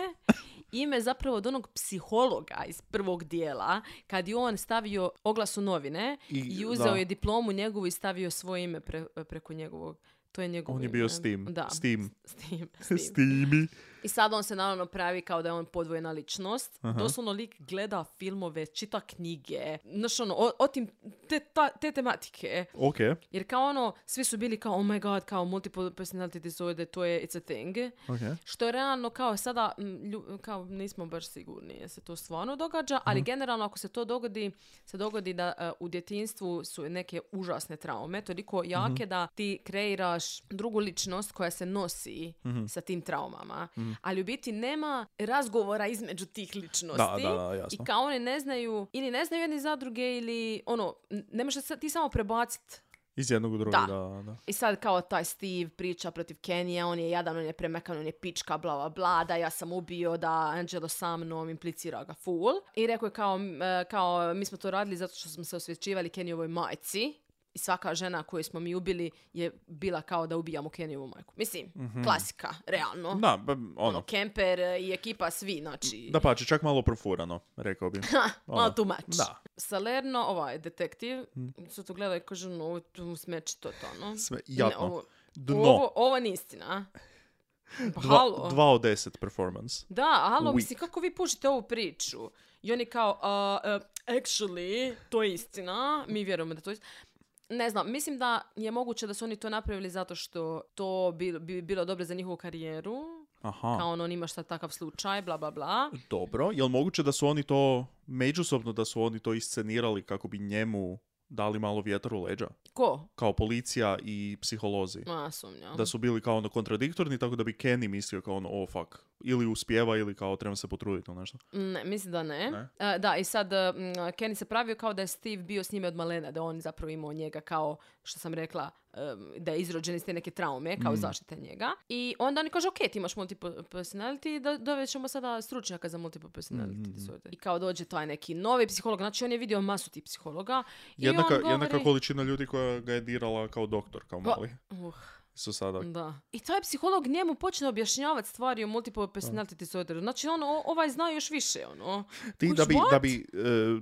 [SPEAKER 5] ime zapravo od onog psihologa iz prvog dijela, kad je on stavio oglas u novine
[SPEAKER 4] I-
[SPEAKER 5] i, uzeo
[SPEAKER 4] da.
[SPEAKER 5] je diplomu njegovu i stavio svoje ime pre- preko njegovog. To je njegovo
[SPEAKER 4] On je
[SPEAKER 5] ime.
[SPEAKER 4] bio Steam.
[SPEAKER 5] Da.
[SPEAKER 4] Steam.
[SPEAKER 5] Steam, Steam.
[SPEAKER 4] Steamy.
[SPEAKER 5] I sad on se naravno pravi kao da je on podvojena ličnost. Doslovno lik gleda filmove, čita knjige. Znaš ono, o, o tim, te, ta- te tematike.
[SPEAKER 4] Ok.
[SPEAKER 5] Jer kao ono, svi su bili kao, oh my god, kao multiple personality disorder, to je, it's a thing.
[SPEAKER 4] Ok.
[SPEAKER 5] Što je realno kao sada, m, lju- kao nismo baš sigurni je se to stvarno događa,
[SPEAKER 4] Mhm.
[SPEAKER 5] ali generalno ako se to dogodi, se dogodi da e, u djetinstvu su neke užasne traume, toliko jake
[SPEAKER 4] Mhm.
[SPEAKER 5] da ti kreiraš drugu ličnost koja se nosi
[SPEAKER 4] Mhm.
[SPEAKER 5] sa tim traumama. Ali u biti nema razgovora između tih ličnosti.
[SPEAKER 4] Da, da, da, jasno.
[SPEAKER 5] I kao oni ne znaju, ili ne znaju jedni za druge, ili ono, n- ne možeš sad ti samo prebaciti
[SPEAKER 4] Iz jednog u drugi, da.
[SPEAKER 5] Da.
[SPEAKER 4] da,
[SPEAKER 5] i sad kao taj Steve priča protiv Kenija, on je jadan, on je premekan, on je pička, bla, bla, bla, da ja sam ubio, da Angelo sa mnom implicira ga full. I rekao je kao, m, e, kao mi smo to radili zato što smo se osvjećivali Kenijevoj majci i svaka žena koju smo mi ubili je bila kao da ubijamo Kenijevu majku. Mislim, klasika, realno.
[SPEAKER 4] Mhm. Da, ba, ono.
[SPEAKER 5] Ono, Kemper e, i ekipa, svi, znači...
[SPEAKER 4] Da pače, čak malo profurano, rekao bi.
[SPEAKER 5] Malo
[SPEAKER 4] Ono,
[SPEAKER 5] too much.
[SPEAKER 4] da. Mhm.
[SPEAKER 5] Salerno, ovaj detektiv, su to gleda i kaže, no, ovo je tu smeće to, to, no.
[SPEAKER 4] Sve
[SPEAKER 5] Ne,
[SPEAKER 4] jadno.
[SPEAKER 5] ovo-
[SPEAKER 4] Dno.
[SPEAKER 5] Ovo, ovo nije istina. Pa,
[SPEAKER 4] Dva,
[SPEAKER 5] halo.
[SPEAKER 4] dva od deset performance.
[SPEAKER 5] Da, halo,
[SPEAKER 4] Weak.
[SPEAKER 5] mislim, kako vi pušite ovu priču? I oni kao, a, e, actually, to je istina, mi vjerujemo da to je istina. Ne znam, mislim da je moguće da su oni to napravili zato što to bi, bi bilo dobro za njihovu karijeru.
[SPEAKER 4] Aha.
[SPEAKER 5] Kao ono, on ima šta takav slučaj, bla, bla, bla.
[SPEAKER 4] Dobro, jel moguće da su oni to, međusobno da su oni to iscenirali kako bi njemu dali malo vjetar u leđa?
[SPEAKER 5] Ko?
[SPEAKER 4] Kao policija i psiholozi.
[SPEAKER 5] Ma, sumnjam.
[SPEAKER 4] Da su bili kao ono kontradiktorni, tako da bi Kenny mislio kao ono, oh fuck, ili uspjeva ili kao trebam se potruditi ili nešto.
[SPEAKER 5] Ne, Mm, mislim da ne.
[SPEAKER 4] Ne?
[SPEAKER 5] E, da, i sad e, m, Kenny se pravio kao da je Steve bio s njime od malena, da on zapravo imao njega kao, što sam rekla, e, da je izrođen iz te neke traume,
[SPEAKER 4] Mm.
[SPEAKER 5] kao zaštita njega. I onda oni kažu, ok, ti imaš multiple personality, do, dovest ćemo sada stručnjaka za multiple personality
[SPEAKER 4] Mm,
[SPEAKER 5] disorder. I kao dođe taj neki novi psiholog, znači on je vidio masu tih psihologa. I
[SPEAKER 4] Jednaka,
[SPEAKER 5] on govori,
[SPEAKER 4] jednaka količina ljudi koja ga je dirala kao doktor, kao
[SPEAKER 5] Ko-
[SPEAKER 4] mali,
[SPEAKER 5] Uh,
[SPEAKER 4] su sada.
[SPEAKER 5] da. I taj psiholog njemu počne objašnjavati stvari o multiple personality disorderu. Znači, on, o- ovaj zna još više, ono.
[SPEAKER 4] Ti
[SPEAKER 5] Kuć,
[SPEAKER 4] da bi, da
[SPEAKER 5] what?
[SPEAKER 4] bi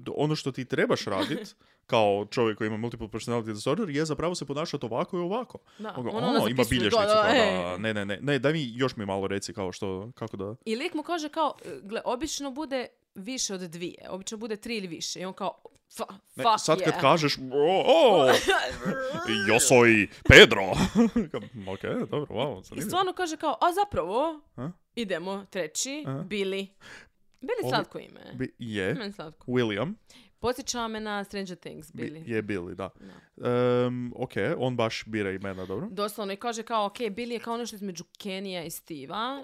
[SPEAKER 4] e, ono što ti trebaš radit, kao čovjek koji ima multiple personality disorder, je zapravo se ponašati ovako i ovako.
[SPEAKER 5] Da,
[SPEAKER 4] On ga,
[SPEAKER 5] ono,
[SPEAKER 4] ono,
[SPEAKER 5] ono,
[SPEAKER 4] ima
[SPEAKER 5] zapisuje,
[SPEAKER 4] bilješnicu,
[SPEAKER 5] da,
[SPEAKER 4] da,
[SPEAKER 5] da,
[SPEAKER 4] da,
[SPEAKER 5] e.
[SPEAKER 4] ne, ne, ne, ne, daj mi, još mi malo reci kao što, kako da,
[SPEAKER 5] I lik mu kaže kao, e, gle, obično bude više od dvije, obično bude tri ili više. I on kao, fa,
[SPEAKER 4] ne,
[SPEAKER 5] fuck
[SPEAKER 4] sad kad
[SPEAKER 5] yeah.
[SPEAKER 4] kažeš, o, o, jo soy Pedro, ok, dobro, wow,
[SPEAKER 5] I
[SPEAKER 4] zanimljivo.
[SPEAKER 5] stvarno kaže kao, a zapravo,
[SPEAKER 4] A?
[SPEAKER 5] idemo, treći,
[SPEAKER 4] A?
[SPEAKER 5] Billy. Billy
[SPEAKER 4] Ovo-
[SPEAKER 5] slatko ime.
[SPEAKER 4] Bi- je,
[SPEAKER 5] Meni slatko.
[SPEAKER 4] William
[SPEAKER 5] Podsjeća me na Stranger Things,
[SPEAKER 4] bi-
[SPEAKER 5] Billy.
[SPEAKER 4] je Billy, da. Em, ok, on baš bira imena, dobro,
[SPEAKER 5] Doslovno, i kaže kao, ok, Billy je kao nešto između Kenija i Steva.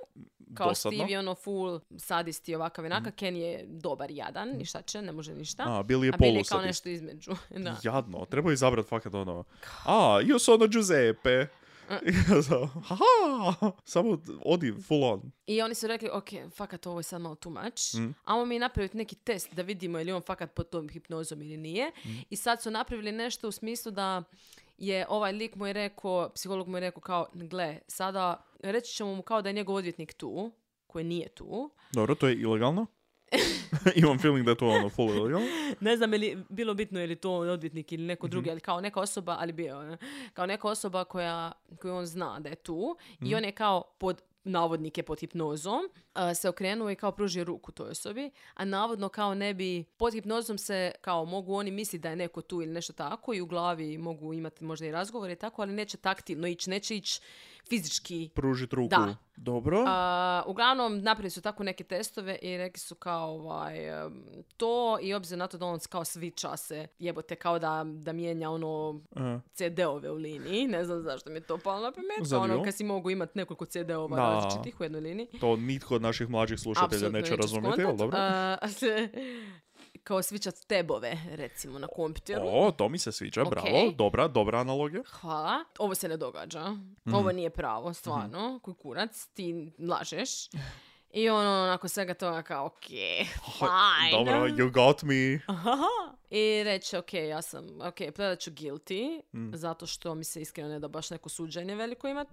[SPEAKER 5] Kao
[SPEAKER 4] dosadno. Mhm.
[SPEAKER 5] Steve je ono full sadisti ovakav i onaka, Ken je dobar, jadan, ništa će, ne može ništa.
[SPEAKER 4] A, Billy je
[SPEAKER 5] a Billy je kao
[SPEAKER 4] polusatist.
[SPEAKER 5] nešto između. Da.
[SPEAKER 4] Jadno, treba izabrat fakat ono, a, io sono Giuseppe.
[SPEAKER 5] E.
[SPEAKER 4] I ja sam, haha, samo odi full on.
[SPEAKER 5] I oni su rekli, ok, fakat ovo je sad malo too much, ajmo mi napraviti neki test da vidimo je li on fakat pod tom hipnozom ili nije. I sad su napravili nešto u smislu da je ovaj lik mu je rekao, psiholog mu je rekao kao, gle, sada reći ćemo mu kao da je njegov odvjetnik tu, koji nije tu.
[SPEAKER 4] Dobro, to je ilegalno. Imam feeling da je to ono full ilegalno.
[SPEAKER 5] Ne znam je li bilo bitno je li to odvjetnik ili neko drugi, ali ono, kao neka osoba, ali bio je, kao neka osoba koja, koju on zna da je tu i on je kao pod navodnike pod hipnozom, e, se okrenuo i kao pružio ruku toj osobi, a navodno kao ne bi, pod hipnozom se kao mogu oni misliti da je neko tu ili nešto tako i u glavi mogu imati možda i razgovore i tako, ali neće taktilno ići, neće ići fizički
[SPEAKER 4] Pružit ruku.
[SPEAKER 5] Da.
[SPEAKER 1] Dobro.
[SPEAKER 5] a, uglavnom, napravili su tako neke testove i rekli su kao ovaj, em, to i obzirom na to da on kao svi čase jebote kao da, da mijenja ono
[SPEAKER 4] E,
[SPEAKER 5] CD-ove u liniji. Ne znam zašto mi je to palo na pamet.
[SPEAKER 4] Zanimljivo.
[SPEAKER 5] Ono kad si mogu imati nekoliko CD-ova
[SPEAKER 4] Da.
[SPEAKER 5] različitih u jednoj liniji.
[SPEAKER 4] to nitko od naših mlađih slušatelja
[SPEAKER 5] Apsolutno
[SPEAKER 4] neće
[SPEAKER 5] neću
[SPEAKER 4] razumjeti, ali
[SPEAKER 5] skontat.
[SPEAKER 4] dobro.
[SPEAKER 5] A, se- kao svičat tebove, recimo, na kompjuteru.
[SPEAKER 4] O, to mi se sviđa,
[SPEAKER 5] Ok.
[SPEAKER 4] bravo, dobra, dobra analogija.
[SPEAKER 5] Hvala. Ovo se ne događa.
[SPEAKER 4] Mhm.
[SPEAKER 5] Ovo nije pravo, stvarno. Koji kurac, ti lažeš. I ono, nakon svega toga kao, ok, fine.
[SPEAKER 4] Dobro, ovaj you got me.
[SPEAKER 5] I reći, ok, ja sam, ok, predat ću guilty,
[SPEAKER 4] Mhm.
[SPEAKER 5] zato što mi se iskreno ne da baš neko suđenje veliko imat.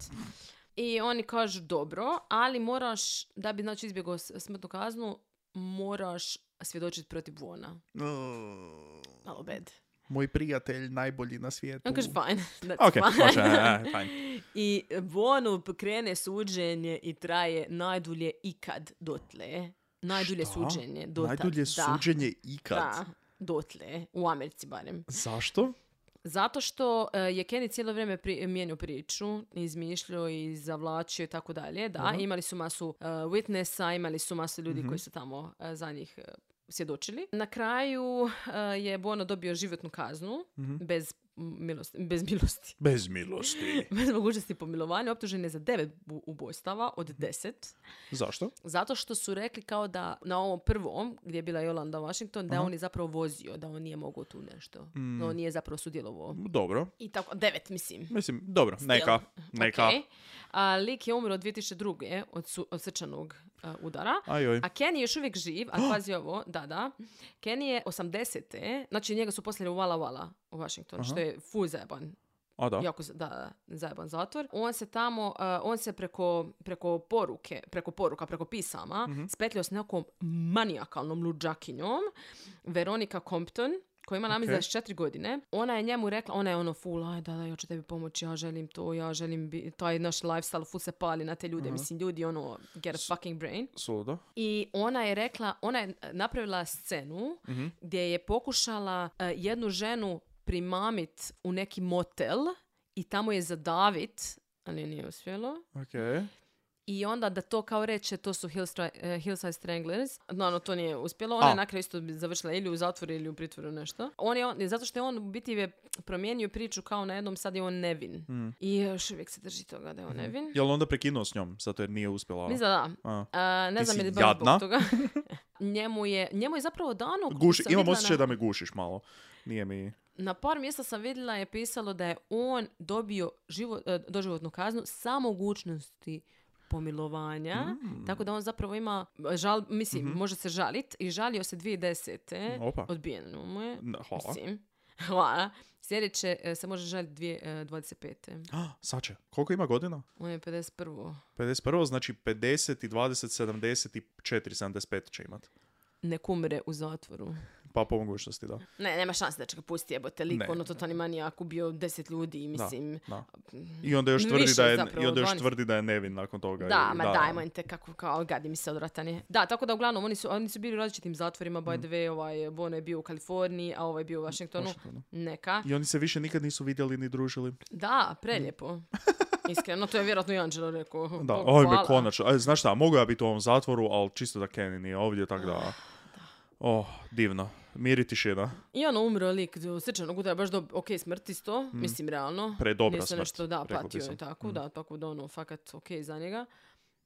[SPEAKER 5] I oni kažu, dobro, ali moraš, da bi znači izbjegao s- smrtnu kaznu, moraš svjedočiti protiv vona. Malo bed.
[SPEAKER 1] Moj prijatelj najbolji na svijetu.
[SPEAKER 5] On kaže, fine, that's
[SPEAKER 4] Ok,
[SPEAKER 5] fine.
[SPEAKER 4] može, e, fajn.
[SPEAKER 5] I vonu krene suđenje i traje najdulje ikad dotle. Najdulje
[SPEAKER 4] Šta?
[SPEAKER 5] suđenje dotad.
[SPEAKER 4] Najdulje
[SPEAKER 5] da,
[SPEAKER 4] suđenje ikad.
[SPEAKER 5] Da, dotle. U Americi barem.
[SPEAKER 4] Zašto?
[SPEAKER 5] Zato što e, je Kenny cijelo vrijeme pri, mijenio priču, izmišljao i zavlačio i tako dalje. Da, imali su masu e, witnessa, imali su masu
[SPEAKER 4] Mhm.
[SPEAKER 5] ljudi koji su tamo e, za njih e, svjedočili. Na kraju e, je Bono dobio životnu kaznu
[SPEAKER 4] Mhm.
[SPEAKER 5] bez milosti, bez milosti,
[SPEAKER 4] Bez milosti.
[SPEAKER 5] bez mogućnosti pomilovanja. Optužen je za devet bu- ubojstava od deset.
[SPEAKER 4] Zašto?
[SPEAKER 5] Zato što su rekli kao da na ovom prvom, gdje je bila Jolanda Washington, da on je zapravo vozio, da on nije mogao tu nešto. Da on nije zapravo sudjelovao.
[SPEAKER 4] Dobro.
[SPEAKER 5] I tako, devet mislim.
[SPEAKER 4] Mislim, dobro, neka, neka.
[SPEAKER 5] Ok. A, lik je umro 2002. od, su, od srčanog a, udara.
[SPEAKER 4] Ajoj.
[SPEAKER 5] A Kenny je još uvijek živ, a pazi ovo, da, da. Kenny je 80. Znači njega su poslali u Walla Walla u Washington, što je full zajeban.
[SPEAKER 4] A da.
[SPEAKER 5] Jako za- da, da, zajeban zatvor. On se tamo, a, on se preko, preko poruke, preko poruka, preko pisama
[SPEAKER 4] Mhm.
[SPEAKER 5] spetljao s nekom manijakalnom luđakinjom, Veronika Compton, koja ima nam
[SPEAKER 4] Ok.
[SPEAKER 5] 24 godine, ona je njemu rekla, ona je ono full, aj da, da, ja ću tebi pomoći, ja želim to, ja želim bi, taj naš lifestyle, full se pali na te ljude,
[SPEAKER 4] Mhm.
[SPEAKER 5] mislim, ljudi, ono, get a fucking brain.
[SPEAKER 4] Suludo.
[SPEAKER 5] I ona je rekla, ona je e, napravila scenu gdje je pokušala e, jednu ženu primamit u neki motel i tamo je zadavit, ali nije uspjelo.
[SPEAKER 4] Ok.
[SPEAKER 5] I onda da to kao reče, to su Hillstra- e, Hillside Stranglers. No, no, to nije uspjelo. Ona
[SPEAKER 4] A.
[SPEAKER 5] je na kraju isto završila ili u zatvoru ili u pritvoru nešto. On je, on, zato što je on u biti je promijenio priču kao na jednom, sad je on nevin. I još uvijek se drži toga da je on nevin.
[SPEAKER 4] Jel onda prekinuo s njom, zato jer nije uspjela?
[SPEAKER 5] Mislim da da.
[SPEAKER 4] A.
[SPEAKER 5] A, ne
[SPEAKER 4] Ti
[SPEAKER 5] znam
[SPEAKER 4] si
[SPEAKER 5] je li baš
[SPEAKER 4] jadna.
[SPEAKER 5] zbog toga. njemu, je, njemu je zapravo dano... koliko
[SPEAKER 4] Guši,
[SPEAKER 5] sam
[SPEAKER 4] imam
[SPEAKER 5] vidjela
[SPEAKER 4] osjećaj da
[SPEAKER 5] na,
[SPEAKER 4] me gušiš malo. Nije mi...
[SPEAKER 5] na par mjesta sam vidjela je pisalo da je on dobio živo, e, doživotnu kaznu sa mogućnosti pomilovanja.
[SPEAKER 4] Mm.
[SPEAKER 5] Tako da on zapravo ima žal, mislim, može se žalit i žalio se 2010.
[SPEAKER 4] Mhm. Opa.
[SPEAKER 5] Odbijeno mu je.
[SPEAKER 4] N- Hvala.
[SPEAKER 5] Mislim. Hvala. Sljedeće e, se može žaliti 2025.
[SPEAKER 4] Ah, Sad će. Koliko ima godina?
[SPEAKER 5] On je 51.
[SPEAKER 4] 51. Znači 50 i 20, 70 i 4, 75 će imat.
[SPEAKER 5] Nek umre u zatvoru.
[SPEAKER 4] Pa po mogućnosti, da.
[SPEAKER 5] Ne, nema šanse da će ga pusti jebote lik,
[SPEAKER 4] Ne.
[SPEAKER 5] ono totalni manijak, ubio deset ljudi,
[SPEAKER 4] Da,
[SPEAKER 5] mislim.
[SPEAKER 4] da. I onda još tvrdi
[SPEAKER 5] Više
[SPEAKER 4] da je,
[SPEAKER 5] zapravo,
[SPEAKER 4] i onda još
[SPEAKER 5] 12.
[SPEAKER 4] tvrdi da je nevin nakon toga.
[SPEAKER 5] Da,
[SPEAKER 4] i-
[SPEAKER 5] ma dajmo im te kako, kao, gadi mi se odvratan je. Da, tako da uglavnom, oni su, oni su bili u različitim zatvorima, by
[SPEAKER 4] Mm.
[SPEAKER 5] the way, ovaj, Bono je bio u Kaliforniji, a ovaj je bio u Washingtonu.
[SPEAKER 4] Washingtonu.
[SPEAKER 5] Neka.
[SPEAKER 4] I oni se više nikad nisu vidjeli ni družili.
[SPEAKER 5] Da, prelijepo. Iskreno, to je vjerojatno i Anđelo rekao.
[SPEAKER 4] Da,
[SPEAKER 5] Bogu
[SPEAKER 4] oj me
[SPEAKER 5] hvala.
[SPEAKER 4] konačno. E, znaš šta, mogu ja biti u ovom zatvoru, ali čisto da Kenny nije ovdje, tako
[SPEAKER 5] Ah,
[SPEAKER 4] da... Oh, divno. Mir i tišina.
[SPEAKER 5] I ono umro lik do srčanog udara, baš do ok smrt isto, mislim realno.
[SPEAKER 4] Predobra
[SPEAKER 5] Nije se
[SPEAKER 4] Mm. smrt,
[SPEAKER 5] nešto, da,
[SPEAKER 4] rekao bi
[SPEAKER 5] patio
[SPEAKER 4] sam. Mm.
[SPEAKER 5] je tako, da, tako da ono, fakat ok za njega.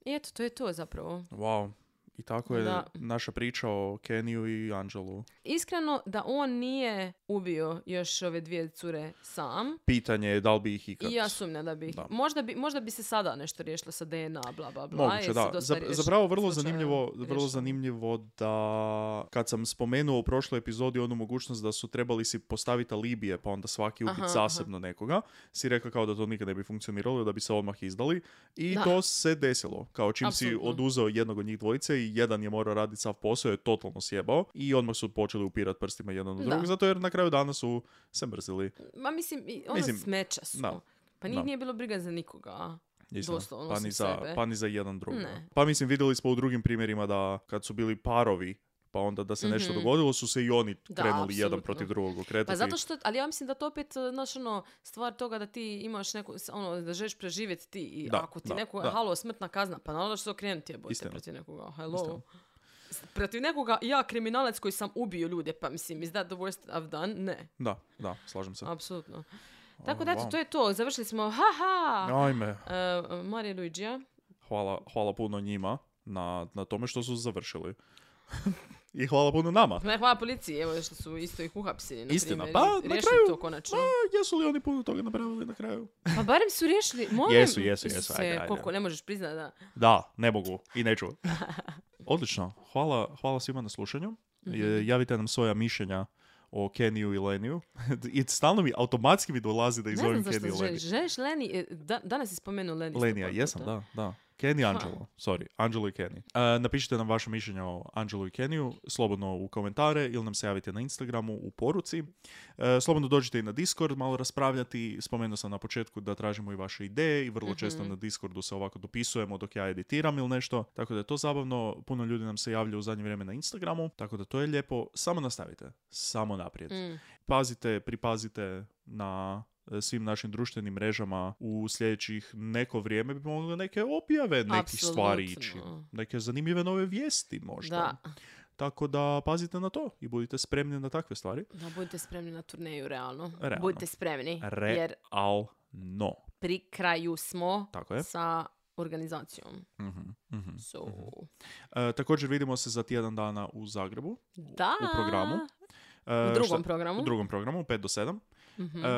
[SPEAKER 5] I eto, to je to zapravo.
[SPEAKER 4] Wow. I tako je
[SPEAKER 5] Da.
[SPEAKER 4] naša priča o Keniju i Anđelu.
[SPEAKER 5] Iskreno da on nije ubio još ove dvije cure sam.
[SPEAKER 4] Pitanje je da li bi ih ikad...
[SPEAKER 5] I ja sumnjam da bi, ih-
[SPEAKER 4] Da.
[SPEAKER 5] možda bi. Možda bi se sada nešto riješilo sa DNA, bla, bla, bla.
[SPEAKER 4] Moguće,
[SPEAKER 5] jer se
[SPEAKER 4] da.
[SPEAKER 5] dosta
[SPEAKER 4] Zap-
[SPEAKER 5] riješi-
[SPEAKER 4] zapravo vrlo
[SPEAKER 5] slučajeva
[SPEAKER 4] zanimljivo, vrlo
[SPEAKER 5] riješilo.
[SPEAKER 4] zanimljivo da kad sam spomenuo u prošloj epizodi onu mogućnost da su trebali si postaviti alibije pa onda svaki ubit
[SPEAKER 5] Aha, aha.
[SPEAKER 4] zasebno nekoga, si rekao kao da to nikada ne bi funkcioniralo, da bi se odmah izdali i
[SPEAKER 5] Da.
[SPEAKER 4] to se desilo. Kao čim si
[SPEAKER 5] Apsolutno.
[SPEAKER 4] oduzeo jednog od njih dvojice i jedan je morao raditi sav posao, je totalno sjebao i odmah su počeli upirat prstima jedan od
[SPEAKER 5] Da.
[SPEAKER 4] drugog, zato jer na kraju dana su se mrzili.
[SPEAKER 5] Ma mislim, i ono
[SPEAKER 4] Mislim,
[SPEAKER 5] smeća su.
[SPEAKER 4] da.
[SPEAKER 5] Pa njih
[SPEAKER 4] Da.
[SPEAKER 5] nije bilo briga za nikoga.
[SPEAKER 4] Istina.
[SPEAKER 5] Doslovno
[SPEAKER 4] pa,
[SPEAKER 5] osim
[SPEAKER 4] ni za,
[SPEAKER 5] sebe.
[SPEAKER 4] pa ni za jedan drugi.
[SPEAKER 5] Ne.
[SPEAKER 4] Pa mislim, vidjeli smo u drugim primjerima da kad su bili parovi, pa onda da se nešto
[SPEAKER 5] Mhm.
[SPEAKER 4] dogodilo, su se i oni
[SPEAKER 5] Da,
[SPEAKER 4] krenuli jedan
[SPEAKER 5] apsolutno.
[SPEAKER 4] protiv drugog okretati.
[SPEAKER 5] Pa zato što, ali ja mislim da to opet, znaš, ono, stvar toga da ti imaš neku, ono, da želiš preživjeti ti i
[SPEAKER 4] Da,
[SPEAKER 5] ako ti
[SPEAKER 4] da,
[SPEAKER 5] neko,
[SPEAKER 4] da.
[SPEAKER 5] halo, smrtna kazna, pa naravno da će se okrenuti jebote
[SPEAKER 4] Istina.
[SPEAKER 5] protiv nekoga, hello.
[SPEAKER 4] Istina.
[SPEAKER 5] S- Protiv nekoga, ja kriminalac koji sam ubio ljude, pa mislim, is that the worst I've done? Ne,
[SPEAKER 4] Da, da, slažem se.
[SPEAKER 5] apsolutno.
[SPEAKER 4] O,
[SPEAKER 5] Tako da, eto,
[SPEAKER 4] Oh, wow.
[SPEAKER 5] to je to, završili smo, haha!
[SPEAKER 4] Ajme,
[SPEAKER 5] Uh, Marija Luigija.
[SPEAKER 4] hvala, hvala puno njima na, na tome što su završili. I hvala puno nama.
[SPEAKER 5] Ne, hvala policiji, evo što su isto ih uhapsili. na
[SPEAKER 4] Istina,
[SPEAKER 5] primjer,
[SPEAKER 4] pa,
[SPEAKER 5] i
[SPEAKER 4] na
[SPEAKER 5] riješili
[SPEAKER 4] kraju-
[SPEAKER 5] to konačno.
[SPEAKER 4] A, Pa jesu li oni puno toga napravili na kraju?
[SPEAKER 5] Pa barem su riješili, molim.
[SPEAKER 4] Jesu, jesu, jesu,
[SPEAKER 5] Isuse,
[SPEAKER 4] ajde, ajde.
[SPEAKER 5] Koliko ne možeš priznati da...
[SPEAKER 4] Da, ne mogu i neću. Odlično, hvala, hvala svima na slušanju.
[SPEAKER 5] Mhm.
[SPEAKER 4] E, Javite nam svoja mišljenja o Keniju i Leniju. I stalno mi automatski mi dolazi da
[SPEAKER 5] Ne
[SPEAKER 4] izovem
[SPEAKER 5] znam zašto
[SPEAKER 4] Keniju i
[SPEAKER 5] želiš.
[SPEAKER 4] Leniju.
[SPEAKER 5] Želiš Leni, e, da, danas si spomenuo Leni. isto
[SPEAKER 4] Lenija,
[SPEAKER 5] par
[SPEAKER 4] jesam,
[SPEAKER 5] puta.
[SPEAKER 4] da, da. Kenny Angelo, sorry, Angelo i Kenny. E, napišite nam vaše mišljenje o Angelo i Keniju, slobodno u komentare ili nam se javite na Instagramu u poruci. E, slobodno dođite i na Discord malo raspravljati, spomenuo sam na početku da tražimo i vaše ideje i vrlo često na Discordu se ovako dopisujemo dok ja editiram ili nešto, tako da je to zabavno, puno ljudi nam se javlja u zadnje vrijeme na Instagramu, tako da to je lijepo, samo nastavite, samo naprijed
[SPEAKER 5] Mm.
[SPEAKER 4] pazite, pripazite na e, svim našim društvenim mrežama u sljedećih neko vrijeme bi mogle neke objave nekih stvari ići.
[SPEAKER 5] Apsolutno.
[SPEAKER 4] Neke zanimljive nove vijesti možda.
[SPEAKER 5] Da,
[SPEAKER 4] Tako da pazite na to i budite spremni na takve stvari.
[SPEAKER 5] da budite spremni na turneju, realno.
[SPEAKER 4] Realno.
[SPEAKER 5] Budite spremni, jer
[SPEAKER 4] Realno.
[SPEAKER 5] pri kraju smo
[SPEAKER 4] Tako je.
[SPEAKER 5] sa organizacijom.
[SPEAKER 4] E? Mhm, mhm.
[SPEAKER 5] So,
[SPEAKER 4] E, također vidimo se za tjedan dana u Zagrebu.
[SPEAKER 5] da.
[SPEAKER 4] U programu. E,
[SPEAKER 5] U drugom
[SPEAKER 4] šta-
[SPEAKER 5] programu.
[SPEAKER 4] U drugom programu, 5 do 7.
[SPEAKER 5] Mhm.
[SPEAKER 4] E,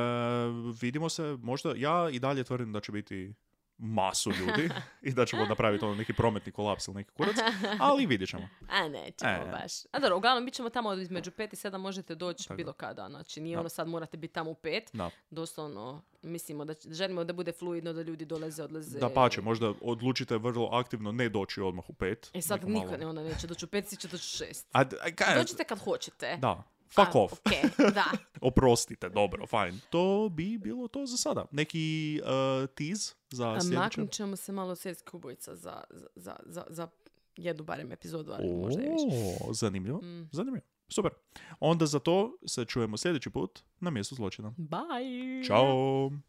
[SPEAKER 4] vidimo se, možda, ja i dalje tvrdim da će biti masu ljudi i da ćemo napraviti ono neki prometni kolaps ili neki kurac, ali vidjet ćemo.
[SPEAKER 5] A nećemo
[SPEAKER 4] E.
[SPEAKER 5] baš. A dobro, uglavnom bit ćemo tamo između pet i sedam, možete doći
[SPEAKER 4] Tako.
[SPEAKER 5] bilo kada. Znači, nije
[SPEAKER 4] Da.
[SPEAKER 5] ono sad morate biti tamo u pet.
[SPEAKER 4] Da.
[SPEAKER 5] Doslovno, mislimo da ć- želimo da bude fluidno, da ljudi dolaze, odlaze.
[SPEAKER 4] Da pače, možda odlučite vrlo aktivno ne doći odmah u pet.
[SPEAKER 5] E sad
[SPEAKER 4] nego malo-
[SPEAKER 5] niko ne, onda neće doći u pet, svi će doći u šest.
[SPEAKER 4] A, d- a kaj-
[SPEAKER 5] Dođite kad hoćete.
[SPEAKER 4] E, Da, fuck
[SPEAKER 5] A,
[SPEAKER 4] off.
[SPEAKER 5] okej, da.
[SPEAKER 4] Oprostite, dobro, fajn. To bi bilo to za sada. Neki uh, tease za sljedeće.
[SPEAKER 5] Maknut ćemo se malo svjetski ubojica za, za, za, za, za jednu barem epizodu, ali možda i više.
[SPEAKER 4] O, zanimljivo,
[SPEAKER 5] Mm.
[SPEAKER 4] zanimljivo. Super. Onda za to se čujemo sljedeći put na mjestu zločina.
[SPEAKER 5] Bye!
[SPEAKER 4] Ćao!